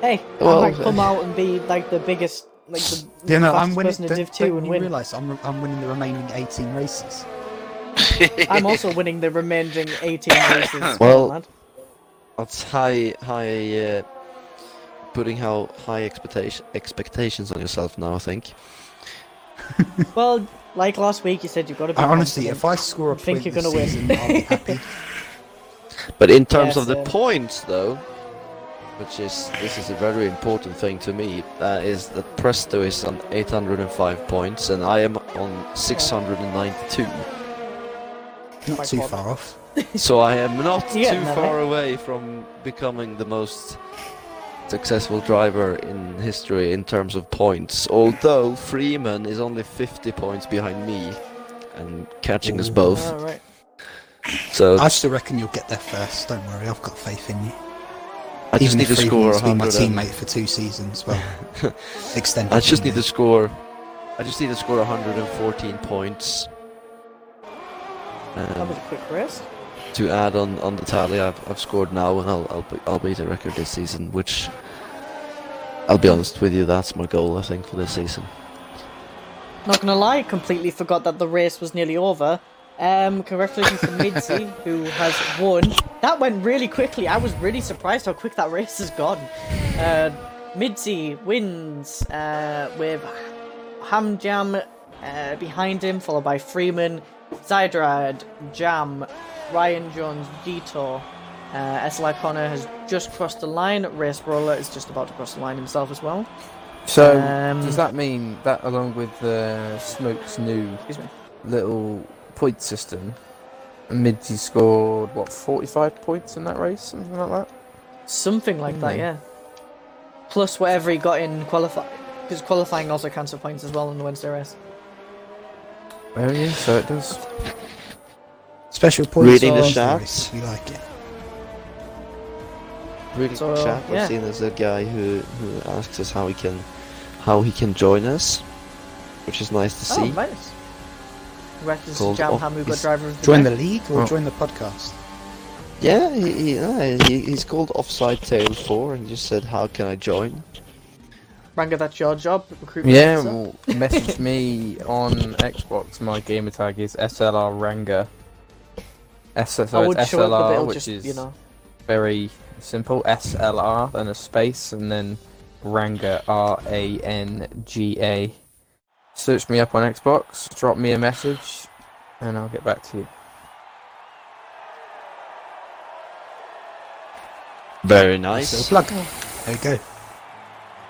Hey, Well, I might come out and be like the biggest, like the Yeah, no, fastest I'm winning. person in Don't, Div don't Two and you win. realise I'm, re- I'm winning the remaining 18 races? I'm also winning the remaining 18 races. Well- lad. That's high, high, uh, putting how high expectation expectations on yourself now. I think. well, like last week, you said you've got to be. I honestly, confident. if I score a I think you're point this gonna win. season, I'll be happy. But in Yes, terms of the um, points, though, which is this is a very important thing to me, uh, is that Presto is on 805 points and I am on 692. Not Quite too odd. far off. so I am not Yeah, too no, far away from becoming the most successful driver in history in terms of points. Although Freeman is only 50 points behind me and catching us Ooh. both. All right. So I still reckon you'll get there first. Don't worry, I've got faith in you. I just Even need to if score Freeman's been my 100. and- teammate for two seasons, well, extended. I just need to teammate. score. I just need to score 114 points That um, was a quick race. to add on, on the tally I've, I've scored now, and I'll I'll, be, I'll beat a record this season. Which I'll be honest with you, that's my goal. I think for this season. Not gonna lie, completely forgot that the race was nearly over. Um, congratulations to Midsy, who has won. That went really quickly. I was really surprised how quick that race has gone. Uh, Midsy wins uh, with Hamjam uh, behind him, followed by Freeman, Zydrad, Jam, Ryan Jones, Detour, Uh, Eslai Connor has just crossed the line. Race Brawler is just about to cross the line himself as well. So Um, does that mean that along with the Smoke's new Excuse me. little point system, Minty scored what 45 points in that race, something like that? Something like that, Hmm. yeah. Plus whatever he got in qualify, because qualifying also counts for points as well on the Wednesday race. Oh yeah, so it does. Special points. Reading are the always shafts. We like it. Really So, chat yeah. I've seen is a guy who, who asks us how he can how he can join us, which is nice to Oh, see. nice. Reckless Called Jam off- Hamuga he's- driver of the Join day. the league or Oh. join the podcast. Yeah, he, he, uh, he he's called Offside Tail Four and just said, "How can I join?" Ranga, that's your job. Recruitment Yeah, officer. well, message me on Xbox. My gamer tag is SLR Ranga. I SLR, would show up, but SLR it'll which just, is you know. very simple. SLR, then a space, and then Ranga, R A N G A. Search me up on Xbox, drop me a message, and I'll get back to you. Very So nice. plug. Oh. There you go.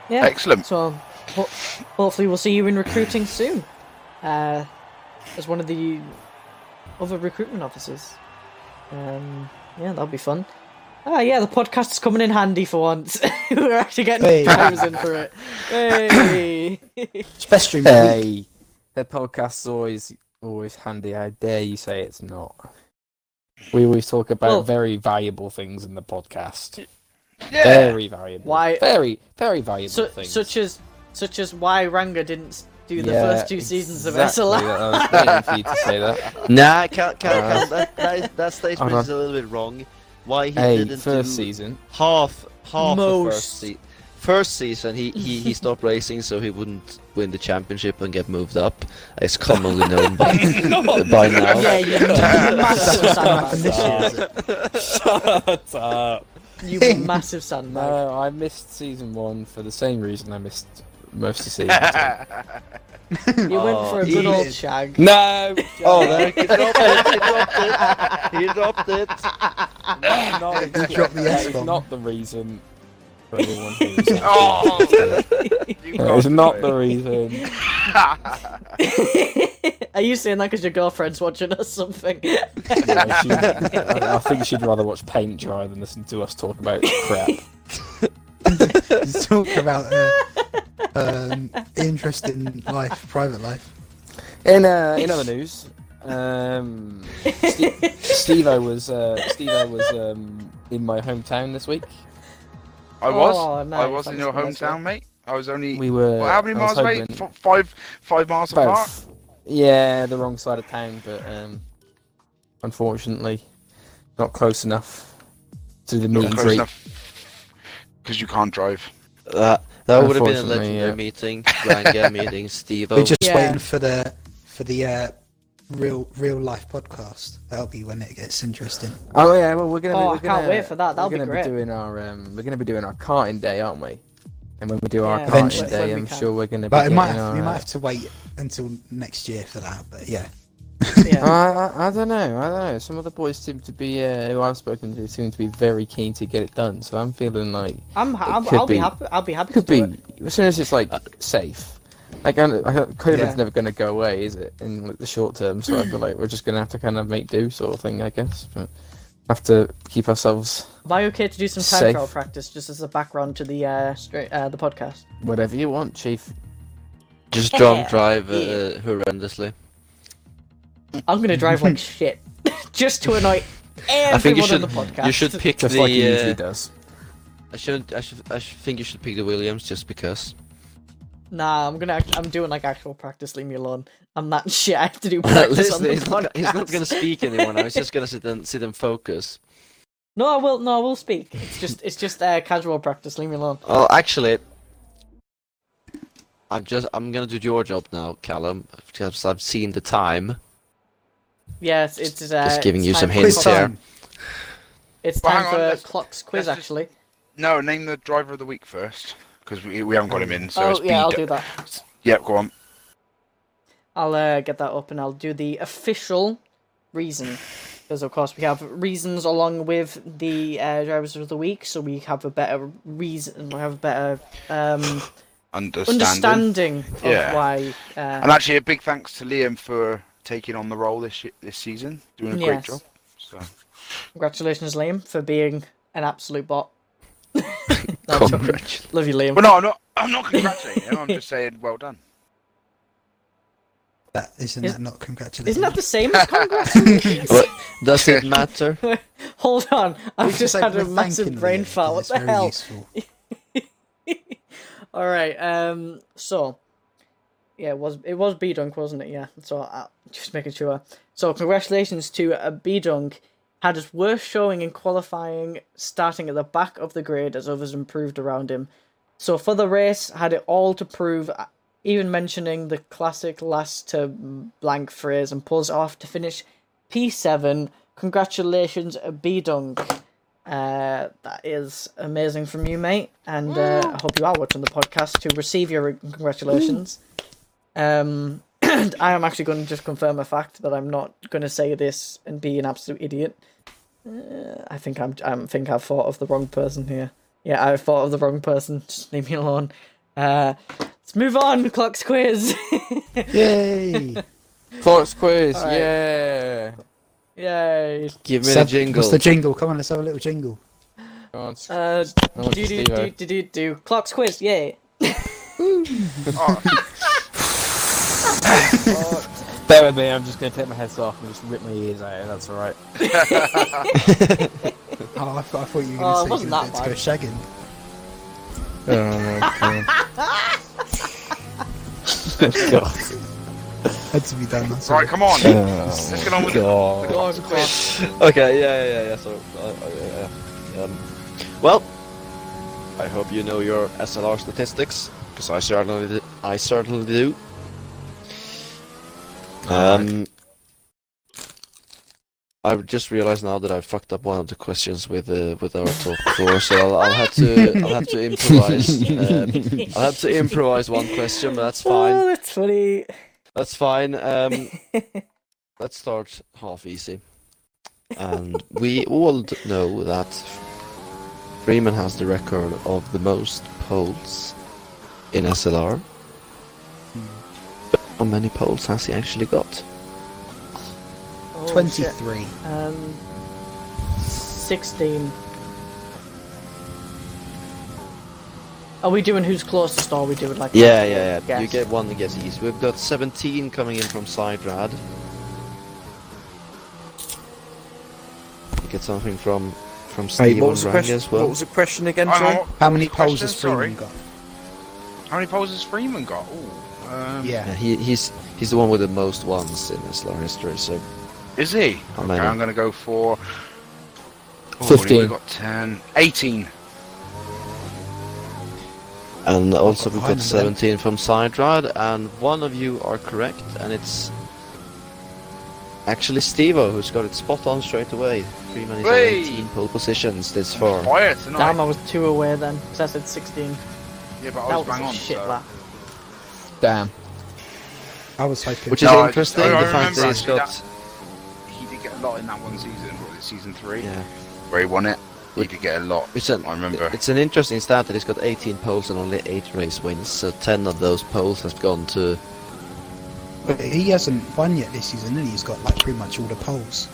Yeah. Excellent. So ho- hopefully we'll see you in recruiting soon, uh, as one of the other recruitment officers. Um, yeah, that'll be fun. Ah, yeah, the podcast's coming in handy for once. We're actually getting Hey. times in for it. Hey. Special week. Hey, the podcast's always always handy. I dare you say it's not. We always talk about Well- very valuable things in the podcast. Yeah. Very valuable. Why- Very, very valuable Su- things. such as such as why Ranga didn't s- do the Yeah, first two seasons exactly of SLR. that. I was waiting for you to say that. Nah, can't, can't, Uh, can't. That, that, is, that statement hold is a little bit wrong. Why he Hey, didn't first do season. half half the Most. first season. First season, he, he, he stopped racing so he wouldn't win the championship and get moved up. It's commonly known by, by now. Yeah, you massive Happened this sandbag. year, is it? Shut up. You massive sandbag. No, I missed season one for the same reason I missed most of season two. You went Oh, for a good he old is- shag. No! Oh, there, he dropped it. He dropped it. He dropped it. no, dropped the that is S-bomb. not the reason. for anyone who was on Oh. You That is can't not do the reason. Are you saying that because your girlfriend's watching us something? Yeah, she- I, I think she'd rather watch paint dry than listen to us talk about crap. You talk about uh, um, interest in life, private life. In uh, in other news, um, Steve O was uh, Steve O was um, in my hometown this week. I was. Oh, I nice, was in that's your nice, hometown, mate. I was only. We were. Well, how many I was miles away? hoping- F- five, five miles apart. Both. Yeah, the wrong side of town, but um, unfortunately, not close enough to the meet Not and close greet. enough. Because you can't drive. That, that would have been a Unfortunately, legendary yeah. meeting. Ranga meeting Steve. We're just Yeah. waiting for the for the uh, real real life podcast. That'll be when it gets interesting. Oh yeah, well we're gonna. Oh, be, I we're can't gonna, wait for that. That'll be we're gonna great. doing our um, we're gonna be doing our carting day, aren't we? And when we do Yeah, our Eventually. when carting day, we I'm can. sure we're gonna. But be it might getting have, we our, uh, might have to wait until next year for that. But yeah, Yeah. Uh, I, I, I don't know. I don't know. Some of the boys seem to be, uh, who I've spoken to, seem to be very keen to get it done. So I'm feeling like I'm, ha- I'm It could I'll be, be. happy. I'll be happy to could do be it. as soon as it's like safe. Like I, I, COVID's Yeah. never going to go away, is it? In like, the short term, so I feel like we're just going to have to kind of make do, sort of thing, I guess. But have to keep ourselves Am I okay to do some time Safe. trial practice just as a background to the uh, straight, uh the podcast? whatever you want, Chief. Just drunk drive uh, Yeah. horrendously. I'm gonna drive like shit just to annoy everyone I think you should on the podcast. you should pick Just the. like he usually uh, does. I shouldn't. I should. I should think you should pick the Williams just because. Nah, I'm gonna. Act- I'm doing like actual practice. Leave me alone. I'm that shit. I have to do practice on Listen, the he's not, he's not podcast. going to speak anymore now. He's just going to sit and sit and focus. No, I will. No, I will speak. It's just. It's just uh, casual practice. Leave me alone. Well, actually, I'm just. I'm going to do your job now, Callum, because I've seen the time. Yes, it's. Uh, Just giving it's you time some for hints quiz clock- here. time. It's Well, time hang on, for let's- clocks quiz. let's just- Actually. No, name the driver of the week first. Because we, we haven't got him in, so it's oh yeah, I'll Peter. do that. Yep, go on. I'll uh, get that up and I'll do the official reason because of course we have reasons along with the uh, drivers of the week, so we have a better reason, we have a better um, Understanding. understanding of Yeah. why. And Uh, actually, a big thanks to Liam for taking on the role this y- this season, doing a Yes. great job. So congratulations, Liam, for being an absolute bot. No, I'm joking. congratulations. Love you, Liam. Well, no, I'm not. I'm not congratulating him. I'm just saying, well done. That isn't Is- that not congratulations? Isn't that the same as congratulations? But does it matter? Hold on, I've We've just opened had a with massive thanking brain Liam, fart. 'cause What it's the very hell? useful. All right. Um. So, yeah, it was it was B Dunk, wasn't it? Yeah. So, uh, just making sure. So, congratulations to uh, B Dunk. Had his worst showing in qualifying, starting at the back of the grid as others improved around him. So for the race, had it all to prove. uh, Even mentioning the classic last to blank phrase and pulls it off to finish P7. Congratulations, uh, B Dunk. Uh, that is amazing from you, mate. And uh, I hope you are watching the podcast to receive your congratulations. Um, and I am actually going to just confirm a fact that I'm not going to say this and be an absolute idiot. Uh, I think I'm. I think I've thought of the wrong person here. Yeah, I thought of the wrong person. Just leave me alone. Uh, let's move on. Clock's quiz. Yay! Fox quiz, Alright. yeah. Yay. Give me Seb, the jingle. What's the jingle? Come on, let's have a little jingle. Go on, Uh, I want do do Steve-O. do do do do. Clock's quiz. Yay. Oh, Bear with me, I'm just going to take my heads off and just rip my ears out, that's alright. Oh, I thought, I thought you were Oh, it going to say wasn't you that were going to go shagging. Oh my god. Had to be done. That's right, all. come on. Oh, Let's get on with it. Go on, Clock. Okay, yeah, yeah, yeah, yeah. So, uh, uh, yeah, yeah. Um, well, I hope you know your SLR statistics because I certainly, d- I certainly do. Um, I've just realized now that I fucked up one of the questions with uh, with our talk before, so I'll, I'll have to I'll have to improvise. Um, I'll have to improvise one question, but that's fine. Oh, that's funny. That's fine. Um, let's start half easy. And we all d- know that Freeman has the record of the most poles in SLR. But how many poles has he actually got? Oh, shit. 23. Um, sixteen. Are we doing who's closest? Or are we doing like Yeah, yeah, yeah. You Guess. get one guess each. We've got 17 coming in from Sidrad. You get something from from Steve on Ranga as well. the question again, Hang on, what- How many what poles was the has question? Freeman got? Sorry. How many poles has Freeman got? Ooh, um, Yeah, Yeah. he, he's he's the one with the most ones in SLR history. So Is he? How okay, many? I'm going to go for. Fifteen. We've got ten. Eighteen. and also we've Fine, got then. 17 from Sidrad, and one of you are correct, and it's actually Stevo who's got it spot on straight away. Freeman is on Hey! 18 pole positions this far. Fire tonight. Damn, I was two away then. 'cause I said sixteen. yeah, but I That was was bang a on. shit so- lap. Damn. I was hoping. Which is No, I just- interesting. I the fact remember that he's actually got that- He did get a lot in that one season. Was it season three? yeah, Where he won it. He Which- did get a lot. it's an I remember. it's an interesting stat that he's got 18 poles and only eight race wins. So 10 of those poles has gone to But he hasn't won yet this season, and he's got like pretty much all the poles.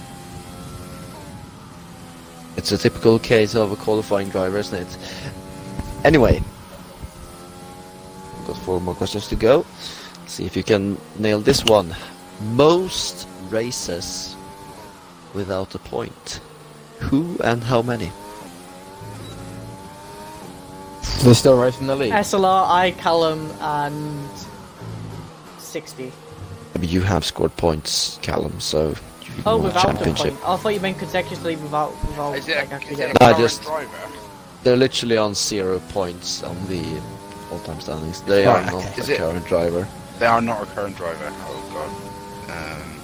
It's a typical case of a qualifying driver, isn't it? Anyway, we've got four more questions to go. See if you can nail this one. Most races without a point. Who and how many? They're still racing the lead. SLR, I, Callum, and sixty. I mean, you have scored points, Callum, so you Oh, won the without the championship. point. I thought you meant consecutively without without Is it like, a, actually is it getting. a I current just- driver? They're literally on zero points on the all-time standings. They Right, are not okay. Is the it- current driver. They are not a current driver. Oh god. Um,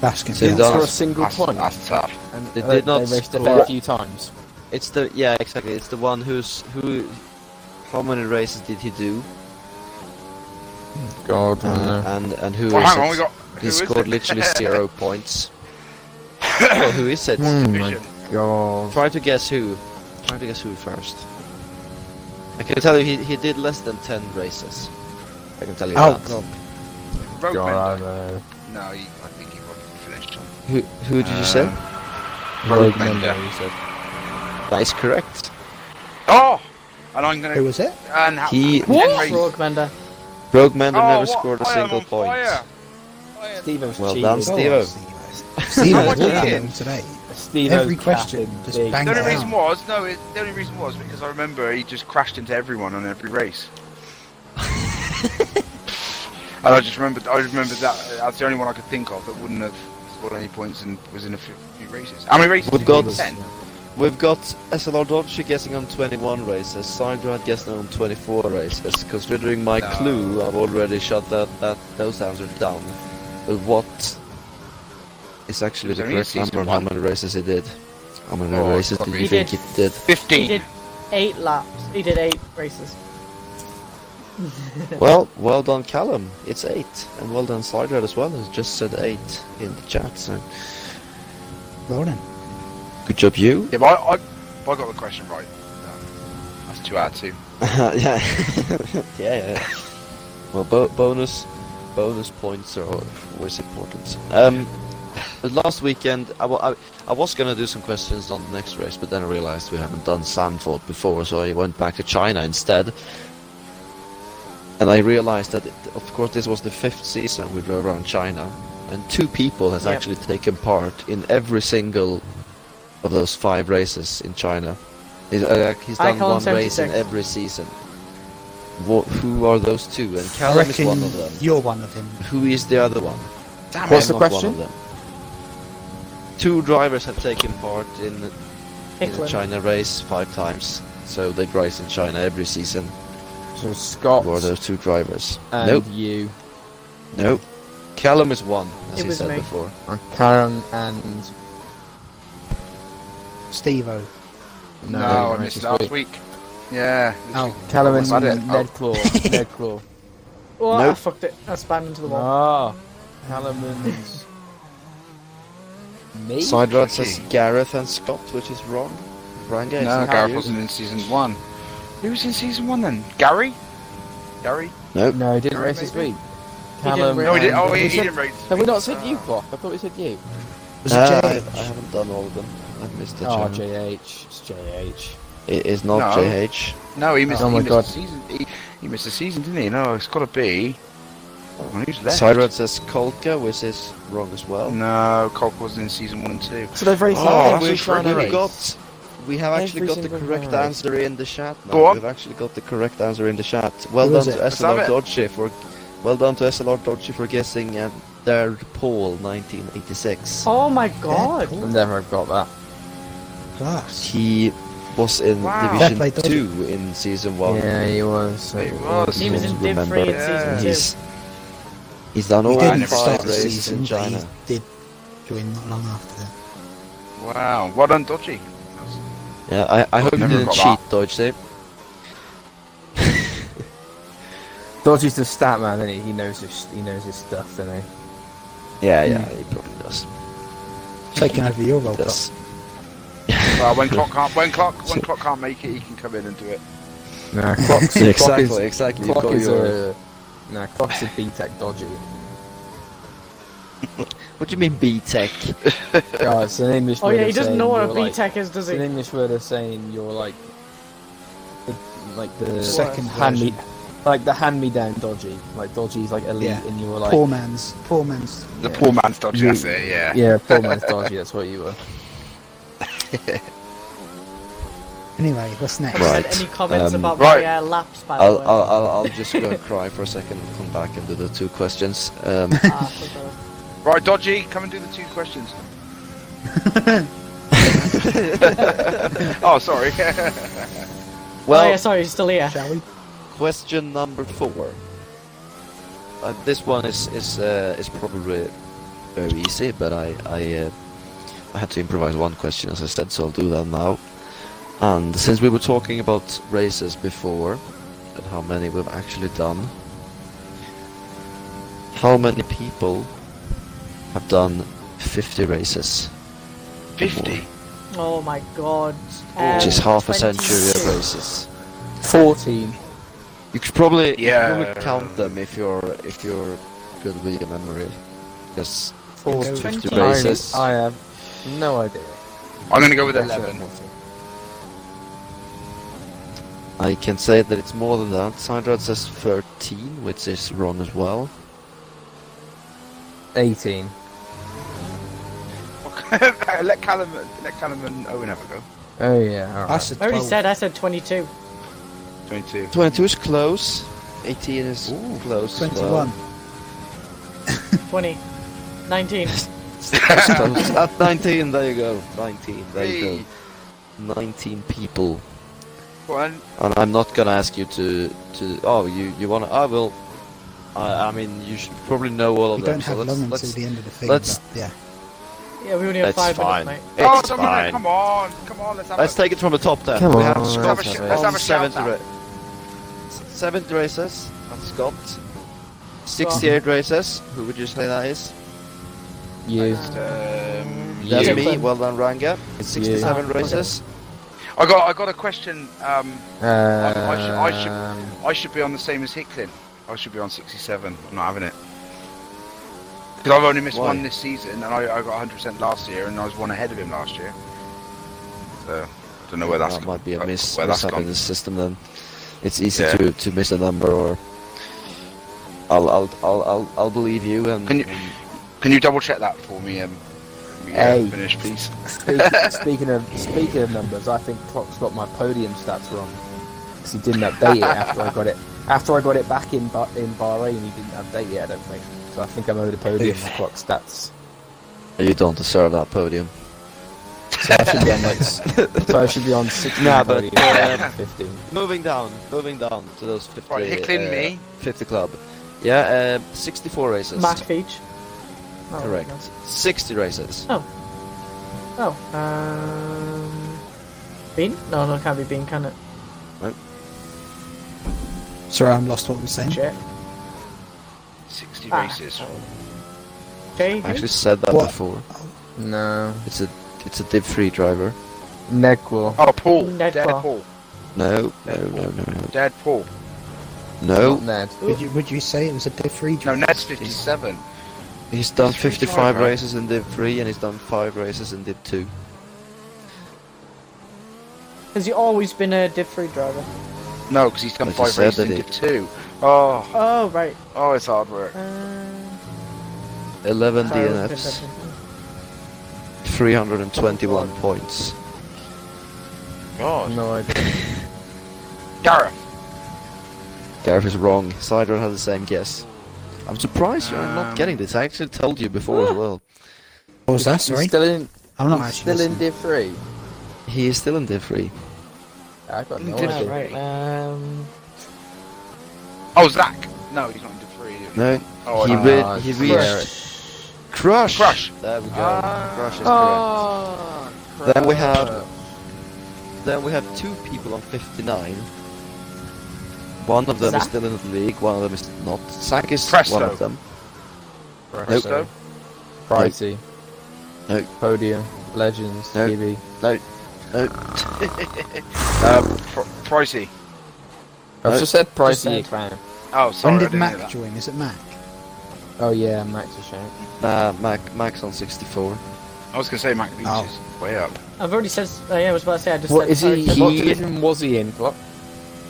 That's going So to you be don't- For a awesome. single that's, point. that's tough. And They they did not They raced it score. a few times. It's the yeah, exactly. It's the one who's who. How many races did he do? God, Uh, and and who Well, is Uh, hang on, it? we got. who He is scored it? literally zero points. Oh, who is it? Hmm. Oh my Vision. god. Try to guess who. Try to guess who first. I can tell you he, he did less than 10 races. I can tell you Oh, that. God. Road God, Bender. uh, No, he, I think he probably finished. Who, who did you say? Uh. Rogue Bender. Mender, he said. That is correct. Oh, and I'm Who gonna. was it? And how- He- Ten What? races. Roadbender. Rogue Mender Oh, never what? scored a I am single on point. fire. Fire. Steven's Well cheating. Oh, done, Steve-o. Steve What was you looking at did? him today. Steve Every question, just bang The it only out. reason was no. It, the only reason was because I remember he just crashed into everyone on every race. and I just remembered. I remembered that that's the only one I could think of that wouldn't have scored any points and was in a few, few races. How many races? Would did he do? God- ten. We've got SLR Dodge guessing on 21 races, Sandra had guessing on 24 races. Considering my No. clue, I've already shut that, that those answers down. But what is actually Was the there any correct season number on how one? many races he did? How many Oh, races do probably he you think he did. did? He Fifteen. did eight laps. He did eight races. Well, well done, Callum. It's eight, and well done, Slider as well. Who just said eight in the chat. So Well then. good job, you. Yeah, but I, I, if I got the question right. um, That's two out of two. yeah. yeah, yeah. Well, bo- bonus, bonus points are always important. Um, but last weekend I wa- I- I was gonna do some questions on the next race, but then I realized we haven't done Sanford before, so I went back to China instead. And I realized that, it, of course, this was the fifth season we drove around China, and two people has Yep. actually taken part in every single of those five races in China. He's, uh, he's I done call him one race in 76. every season. What, who are those two? And I Callum is reckon one of them. you're one of them. Who is the other one? Damn What's it! the I'm not question? One of them. Two drivers have taken part in, in the Hicklin. China race five times, so they race in China every season. So Who are Scott those two drivers? and Nope, you. nope. Callum is one, as It he was said me. before. And Karen and... Steve O. No, I right, missed this last week. week. Yeah. Oh. Callum and Almost had it. Ned Claw. Ned Claw. Oh, I Nope. fucked it. I spammed into the wall. Ah, Callum and... Me? Siderad says Gareth and Scott, which is wrong. Ranga, is No, that Gareth you? wasn't in season one. Who was in season one then? Gary? Gary? Nope. No, he didn't Alright, race this maybe. week. Callum race. No, he didn't. and- Oh, he, We he said- didn't rate. Have we not said you, Clock? I thought we said you. Was No, it I, Jay? Uh, I haven't done all of them. I've missed the Oh, challenge. JH. It's JH. It is not No. JH. No, he missed. Oh he my missed God. The season. He, he missed the season, didn't he? No, it's got to be. Well, who's left? Siderad says Kolka, which is wrong as well. No, Cock wasn't in season one and two. So they've raced Oh, every that's right, China we race. got. We have actually Every got the single correct race. answer in the chat. Now. Go on. We've actually got the correct answer in the chat. Well Who done is to it? Let's have SLR it. Dodgy for, well done to SLR Dodgy for guessing um, their poll 1986. Oh my Yeah, god. I've cool. never got that. Class. He was in Wow. Fair play, Division Dodgy. Two in Season One. yeah, he was. He was. He was in Div Remember. uh, 3 in Yeah. season 2. He's he's done He all I didn't never five start saw the race races in season, but he China. did join not long after that. Wow, well done, Dodgy. Yeah, I, I hope you Never didn't got cheat, that. Dodgy. Dodgy's the stat man, isn't he? He knows his, he knows his stuff, doesn't he? Yeah, yeah, he probably does. Taking over your role, Doc. does. Well, when Clock can't, when Clock, when Clock can't make it, he can come in and do it. No, Clock's, exactly, Clock is, exactly. You've Clock got is your- a... No, Clock's a B-Tech Dodgy. uh, What do you mean B Tech? God, it's an English Oh word yeah, he of doesn't saying know what a you're, like- B-Tech is, does It's an he? English word of saying you're like, the, like the Second hand me, version. like the hand me down dodgy. Like dodgy's like elite, Yeah. and you were like, poor man's. Poor man's. The Yeah. poor man's Dodgy. You- That's it. Yeah. yeah, poor man's dodgy. That's what you were. Anyway, what's next? Have you had Right, any comments um, about right. my uh, laps, by I'll, the way? I'll, I'll, I'll just go and cry for a second and come back and do the two questions. Um, Ah, I forgot. Right, Dodgy, come and do the two questions. oh, sorry. oh yeah, well, sorry, he's still here. Shall we? question number four. Uh, this one is is uh, is probably very easy, but I I, uh, I had to improvise one question as I said, so I'll do that now. And since we were talking about races before and how many we've actually done, how many people have done 50 races Fifty. Oh my god. Which is Um, half a century of 26. races. 14. You could probably you Yeah. could probably count them if you're if you're good with your memory. Because 14. 50 I- races. I have no idea. I'm gonna go with eleven. I can say that it's more than that. Sandrod says 13, which is wrong as well. 18. let Callum, let Callum and Owen have a go. Oh, yeah. I Alright. said I already 12. said I said 22. Twenty-two. 22 is close. 18 is close. as well. 21. 20. 19. It's close. At 19, there you go. 19, there Hey. you go. 19 people. One. And I'm not gonna ask you to to. Oh, you you wanna? I will. I I mean, you should probably know all of We them. don't have so long let's, until let's, the end of the ththing. let's- but yeah. Yeah, we only have five That's fine. minutes, mate. oh, It's someone- fine. Come on, come on. Let's have Let's a. take it from the top then. Come we on, have let's Scott have a sh- on let's have a seventh shout-out. ra- seventh races. That's Scott. 68 races. Who would you say that is? Years. Um, That's You. me. Well done, Ranga. It's 67 you. races. I got, I got a question. Um, I should- I should- Um, I should be on the same as Hicklin. I should be on 67. I'm not having it. Because I've only missed Why? one this season, and I, I got 100% last year, and I was one ahead of him last year. So, I don't know where that's that Oh, might be a uh, miss, Where that's mishap in gone. the system then. It's easy Yeah. to, to miss a number or. I'll I'll I'll I'll, I'll believe you and. Can you- and- Can you double check that for me? Um, when we, uh, Hey. finish, please. speak- speaking of speaking of numbers, I think Clock's got my podium stats wrong because he didn't update it after I got it. After I got it back in ba- in Bahrain, he didn't update it. I don't think. So I think I'm over the podium for Clock stats. You don't deserve that podium. So I should be on like, s- so I should be on 16 Nah, but, podium, uh, 15. Moving down, moving down to those 50. Right, Hicklin, uh, me. 50 club. Yeah, uh, 64 races. Matt Feach. Oh, Correct. no. 60 races. Oh. Um, Bean? No, no, it can't be Bean, can it? Sorry, I'm lost what we're Hmm? saying. Shit. 60 Ah. races. Jay? I actually said that What? before. No, It's a it's a div free driver. Negwell. Oh, Paul. Ned Dead Paul. Paul. No, no, no, no, no. Dead Paul. No, Ned. Would you, would you say it was a div free No, drive? Ned's 57. he's done Div three 55 driver. races in div 3 and he's done 5 races in div 2. Has he always been a Div 3 driver? No, because he's done But you five said races that in he- Div 2. Oh, Oh, right. oh, it's hard work. Um, 11 sorry, I was DNFs, confused. 321 points. God. No idea. Gareth. Gareth is wrong. Sidron had the same guess. I'm surprised you're Um, not getting this. I actually told you before as well. What was that? He's Sorry, Still in. I'm not he's actually. still in listening. Div three. He is still in div 3. I got Oh, no Div three. idea. right. Um, Oh, Zach. No, he's not in Div 3. is he? No, Oh, he no. re- Ah, he Crush. reached Crush. Crush. There we go. Ah. Crush is oh, correct. Then we have Ah, Crush. then we have two people on 59. One of them is Zach? still in the league. One of them is not. Zach is one Presto. of them. Crush. Presto. Pricey. No. Podium. Legends. No. TV. No, Um, pr- pricey. I've No. just said pricey. Just clown. Oh, When sorry. I did didn't hear Mac that. join? Is it Mac? Oh yeah, Max a shank. nah, uh, Mac Mac's on 64. I was going to say Mac Beach Oh. is way up. I've already said. Uh, yeah, I was about to say. I just What said. is he? sorry, What said- division was he in? What?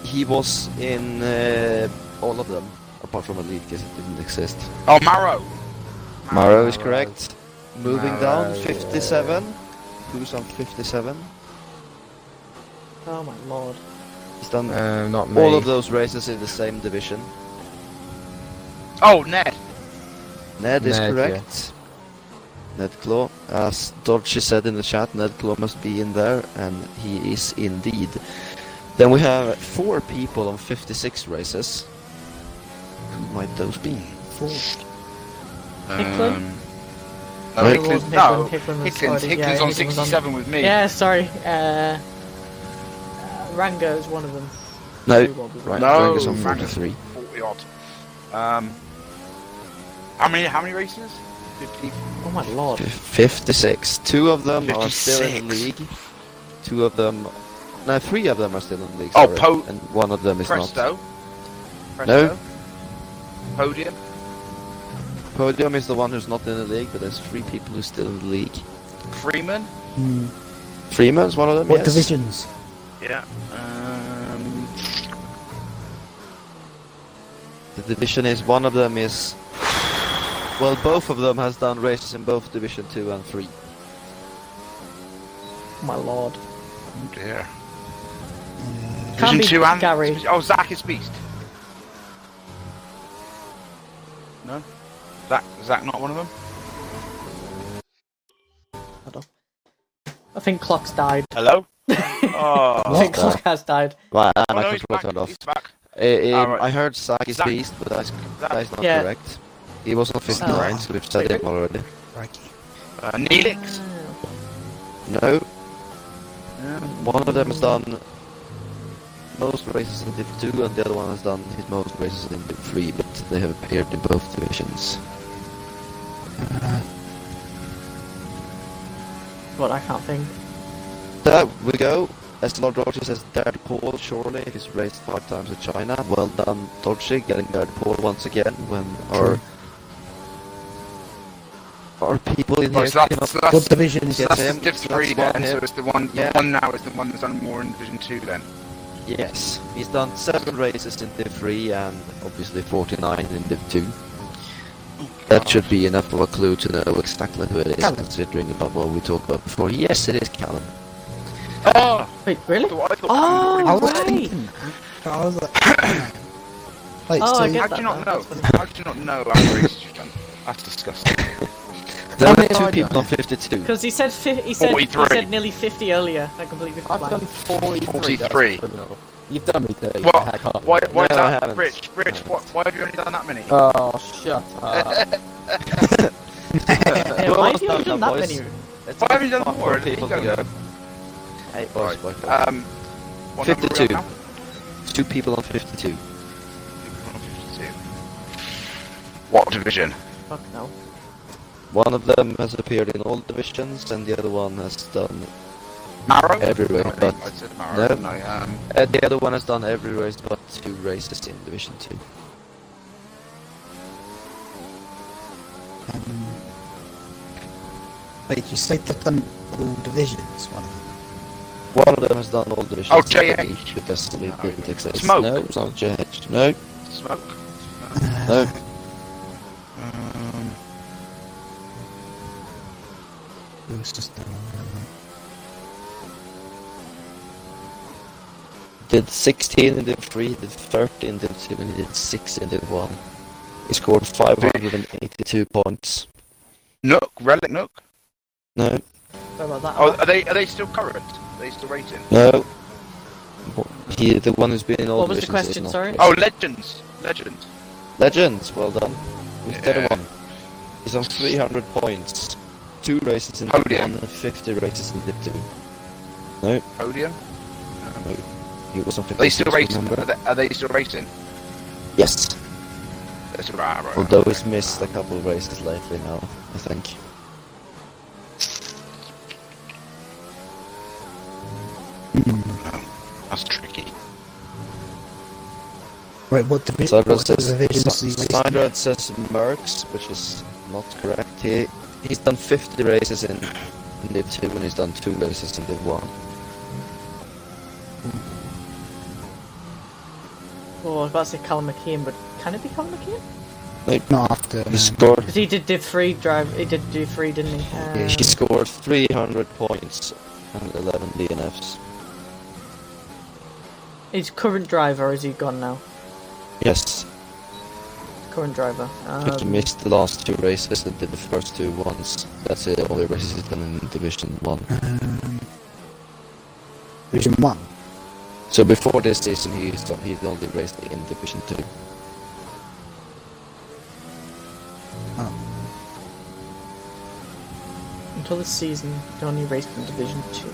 He was in uh, all of them apart from elite because it didn't exist. Oh, Marrow. Maro is correct. Moving down, Maro, yeah. 57. Who's on 57? Oh my lord. He's done Um, not me. all of those races in the same division. Oh, Ned. Ned is Ned, correct. Ned Claw, as Dodgy said in the chat, Ned Claw must be in there, and he is indeed. Then we have four people on 56 races. Who might those be? Four. Hicklin? Oh, Um, no, Right. Hicklin's, Hicklin, no. Hicklin was Hicklin's, already- yeah, Hicklin's on Hicklin was on- 67 with me. Yeah, sorry. Uh, uh, Rango is one of them. Oh. No, Who was it? right, No, Ranga's on Ranga's 43. 40 odd. Um, how many? How many races? 50. Oh my lord. 56. Two of them are still in the 56. league. Two of them. No, three of them are still in the league. Oh, sorry, Po- And one of them is Presto. Presto. No. Podium. not. Podium is the one who's not in the league, but there's three people who's still in the league. Freeman. Mm. Hmm. Freeman's one of them. What yes. divisions? Yeah. Um, The division is one of them is. Well, both of them has done races in both Division Two and Three. Oh my lord. oh dear. Can't Division be two and Gary. oh Zach is Beast. No, Zach Zach not one of them. I think Clock's died. Hello. oh, I think What? Clock has died. Well, and I oh, no, can he's throw back. it off. He's back. I, Ah, right. I heard Saki's Zach- beast, but that's, Zach- that's not Yeah. correct. He was on 59, so we've said him already. Crikey. Uh, Neelix. No, Yeah. one of them has done most races in Div 2, and the other one has done his most races in Div 3, but they have appeared in both divisions. But I can't think. There we go. As Lord Roger says, third pole, surely. He's raced five times in China. Well done, Dodgy, getting third pole once again when our. Our people in Oh, here so that's, cannot so that's, What division is Yeah. it? that's him. Div three That's then. one So hit. it's the one. Yeah. The one now is the one that's done more in Division two then. Yes, he's done seven races in Div 3 and obviously 49 in Div 2. That should be enough of a clue to know exactly who it is, Callum. considering about what we talked about before. Yes, it is Callum. Oh, Wait, really? I thought- I thought- Oh, I was right. thinking. that. I was like, wait, Oh, so I get How that now, do you not know? that's what How do you not know how racist you've done? That's disgusting. There How are many two have I people done? on 52. Because he said fi- he said he 43. said nearly fifty earlier. I completely I've done forgot. 43. 43. That's criminal. You've done me dirty. What? Hack up. Why? Why No, I is haven't. that? Rich, Rich, what, why have you only done that many? Oh, shut up. Yeah, why have you Well done done, that boys. many? It's Why have you done not four more? people You to don't go. Hey, boys, Right. boys, boys. Um, what number are 52. we on now? two people on 52. What division? Fuck no. One of them has appeared in all divisions, and the other one has done. Marrow? Everywhere, No, I but- think I said Marrow, didn't no. I? Um, Uh, the other one has done every race but two races in Division 2. um, wait, you said they've done all divisions. One of them. One of them has done all divisions. Oh, JH. Because the league didn't exist. Smoke. No, it's not JH. No, smoke. no. Um, It was just um, done all of them. Did 16 in the 3, did 30 in the 2, and he did 6 in the 1. He scored 582 points. Nook, Relic Nook. No, Sorry about that. Oh, are they are they still current? Are they still rating? no. Wh- He, the one who's been in all What was the divisions is question, not sorry? racing. Oh, Legends, Legend. Legends, well done. He's the other Yeah. one. He's on 300 points. Two races in the Podium. 1 and 50 races in the 2. Podium. He was on 50. Are they still rating? Are they, are they still rating? Yes. That's a right, right, Although right. he's missed a couple of races lately now, I think. that's tricky. Wait, what divi- Sandra what says, divisions? Sa- these Sandra says Mercs, which is not correct. He, he's done 50 races in, in Div 2 and he's done 2 races in Div 1. Oh, I was about to say Callum McKean, but can it be Callum McKean? Not after. um, He man. scored, Because he did Div 3 drive. He did Div 3, didn't he? he Um, scored 300 points and 11 DNFs. He's current driver, is he gone now? Yes, Current driver. he Um, missed the last two races and did the first two once. That's the only races he's done in Division 1. Um, division one. So before this season, he's, he's only raced in Division 2. Oh, Um, until this season, he only raced in Division 2.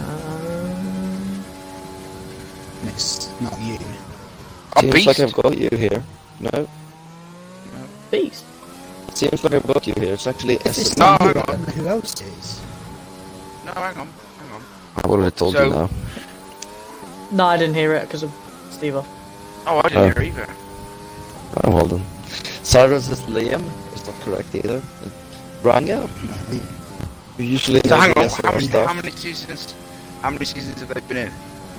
Um, and it's not you. Oh, Seems Beast. like I've got you here. No, Beast. it's Seems like I've got you here. It's actually If it's S. No, not you, hang I don't know who else is. No, hang on, hang on. What have I told So- you now? No, I didn't hear it because of Steve. Oh, I Oh. didn't hear either. Oh, hold on. Cyrus is Liam. It's not correct either. And Ranga? You usually So hang know the on, answer how to many, stuff. how many seasons? How many seasons have they been in?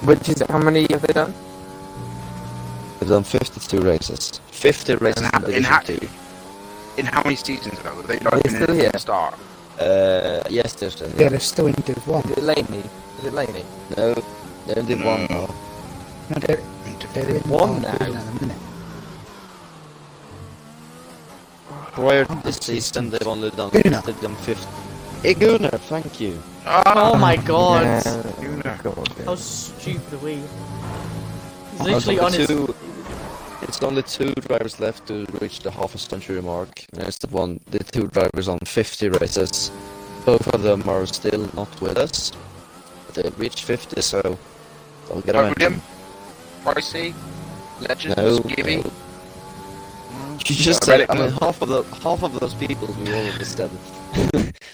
Which is how many have they done? We've done 52 races. 50 races And how- in and how- Division 2. In how many seasons though? Have they Are not they been in still from here? the start? Uh, yes, there's an- Yeah, they're still in Div 1. Is it Laney? Is it Laney? No, they're in one now. No, they're, they're in One Div now. at the minute. Prior to this season, they've only done, Gunnar. they've done 50. Hey, Gunnar, thank you. Oh my god. Gunnar. How stupid are we? He's There's literally on only his. two, It's only two drivers left to reach the half a century mark. And it's the one, the two drivers on 50 races. Both of them are still not with us. They reached 50, so they'll get around. William, Pricey, Legend, No, Skibby. no. You just Yeah, said, really- I mean, half of the half of those people we already said.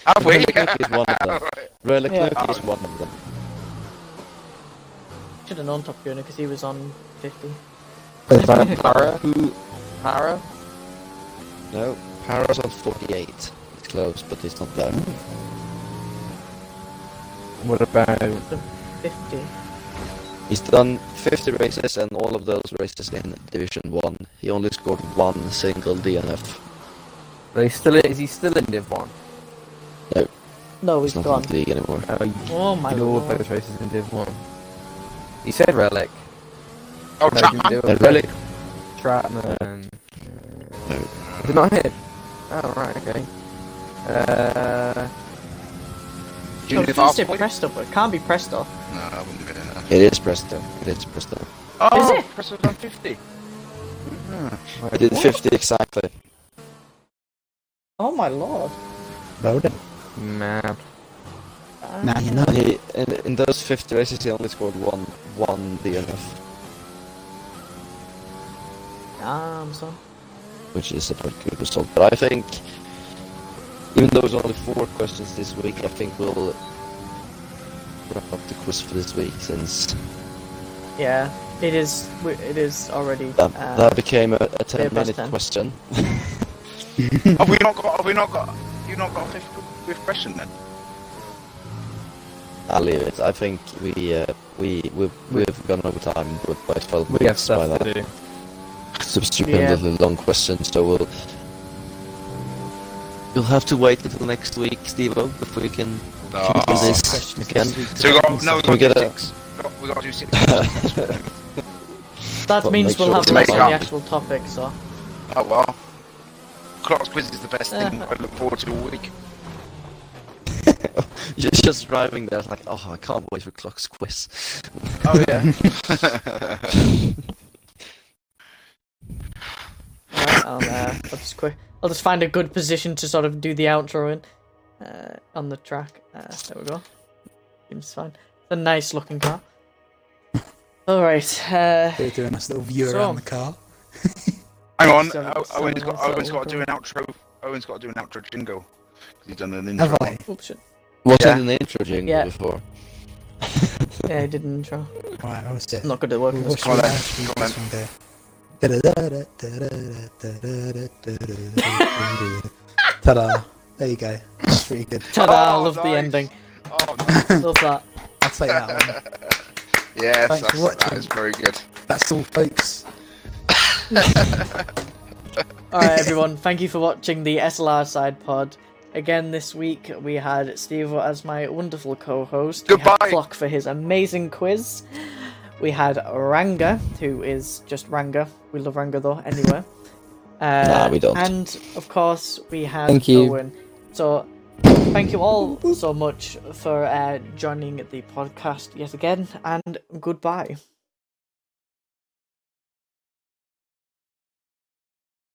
Have we? Reliknuki is one of them. Reliknuki Yeah. is one of them. Should have known Top Gunner because he was on 50. Para? Who? Para? No, Para's on 48. It's close, but it's not there. What about 50. He's done 50 races and all of those races in Division 1. He only scored one single DNF. Are they still is he still in Div One? No, No, he's Oh, he's not gone. in the league anymore. Oh, you Oh my did all god. those races in Div One. You said Relic. Oh, No, Chapman. you didn't do And it. Relic, Stratman. No. Is it not him? Oh right, okay. Uh, you No, live please say halfway? Presto, but it can't be Presto. No, I wouldn't have been in that. it is Preston. It is Preston. Oh, it? Chris was on 50. I did 50 exactly. Oh my lord. Loaded. mad. Now you know. And he, in, in those 50 races, he only scored one one DNF, Um, Damn, son. which is a pretty good result. But I think, even though it's only four questions this week, I think we'll wrap up the quiz for this week since Yeah, it is. we- It is already. that, uh, that became a, a yeah, 10 past minute 10. question. have we not got? Have we not got? You not got a fifth, fifth question then? I'll leave it. I think we uh, we we've, we've gone over time with by twelve We have minutes by stuff that to do. stupendously long question. So we'll you'll have to wait until next week, Stevo, before you can do this again. Ah. So we got no. Can we We got get to a- do six. We got, we got to do six. oh that But means make we'll sure have it's less made on the up. actual topic. So Oh, well. Clock's quiz is the best thing I look forward to all week. You're just driving there, it's like oh, I can't wait for Clock's quiz. Oh yeah. right, I'll, uh, I'll just quick. I'll just find a good position to sort of do the outro in uh, on the track. Uh, there we go. Seems fine. It's a nice looking car. All right. Uh, They're doing a nice little view So- around the car. Hang on. Seven- O- Owen's got. seven- Owen's got to do an outro. Owen's got to do an outro jingle. 'Cause He's done an intro. Have I? oops, shit. Was Yeah. it an intro jingle Yeah. before? Yeah, I did an intro. Right, that was it. I'm not good at working What this. should we Comment, actually do comment. this one day? Da-da-da-da-da-da-da-da-da-da-da-da-da-da-da. Ta-da! There you go. That's pretty good. Ta-da! I Oh, love the nice. ending. Oh, no. Love that. I'll take that one. yes, Thanks that's, for watching. that is very good. That's all, folks. All right, everyone. Thank you for watching the SLR side pod. Again, this week we had Steve as my wonderful co-host. We Goodbye. had Clock for his amazing quiz. We had Ranga, who is just Ranga. We love Ranga though. Anywhere. Uh, Nah, we don't. And of course, we had Thank you. Owen. So, thank you all so much for uh, joining the podcast yet again, and goodbye.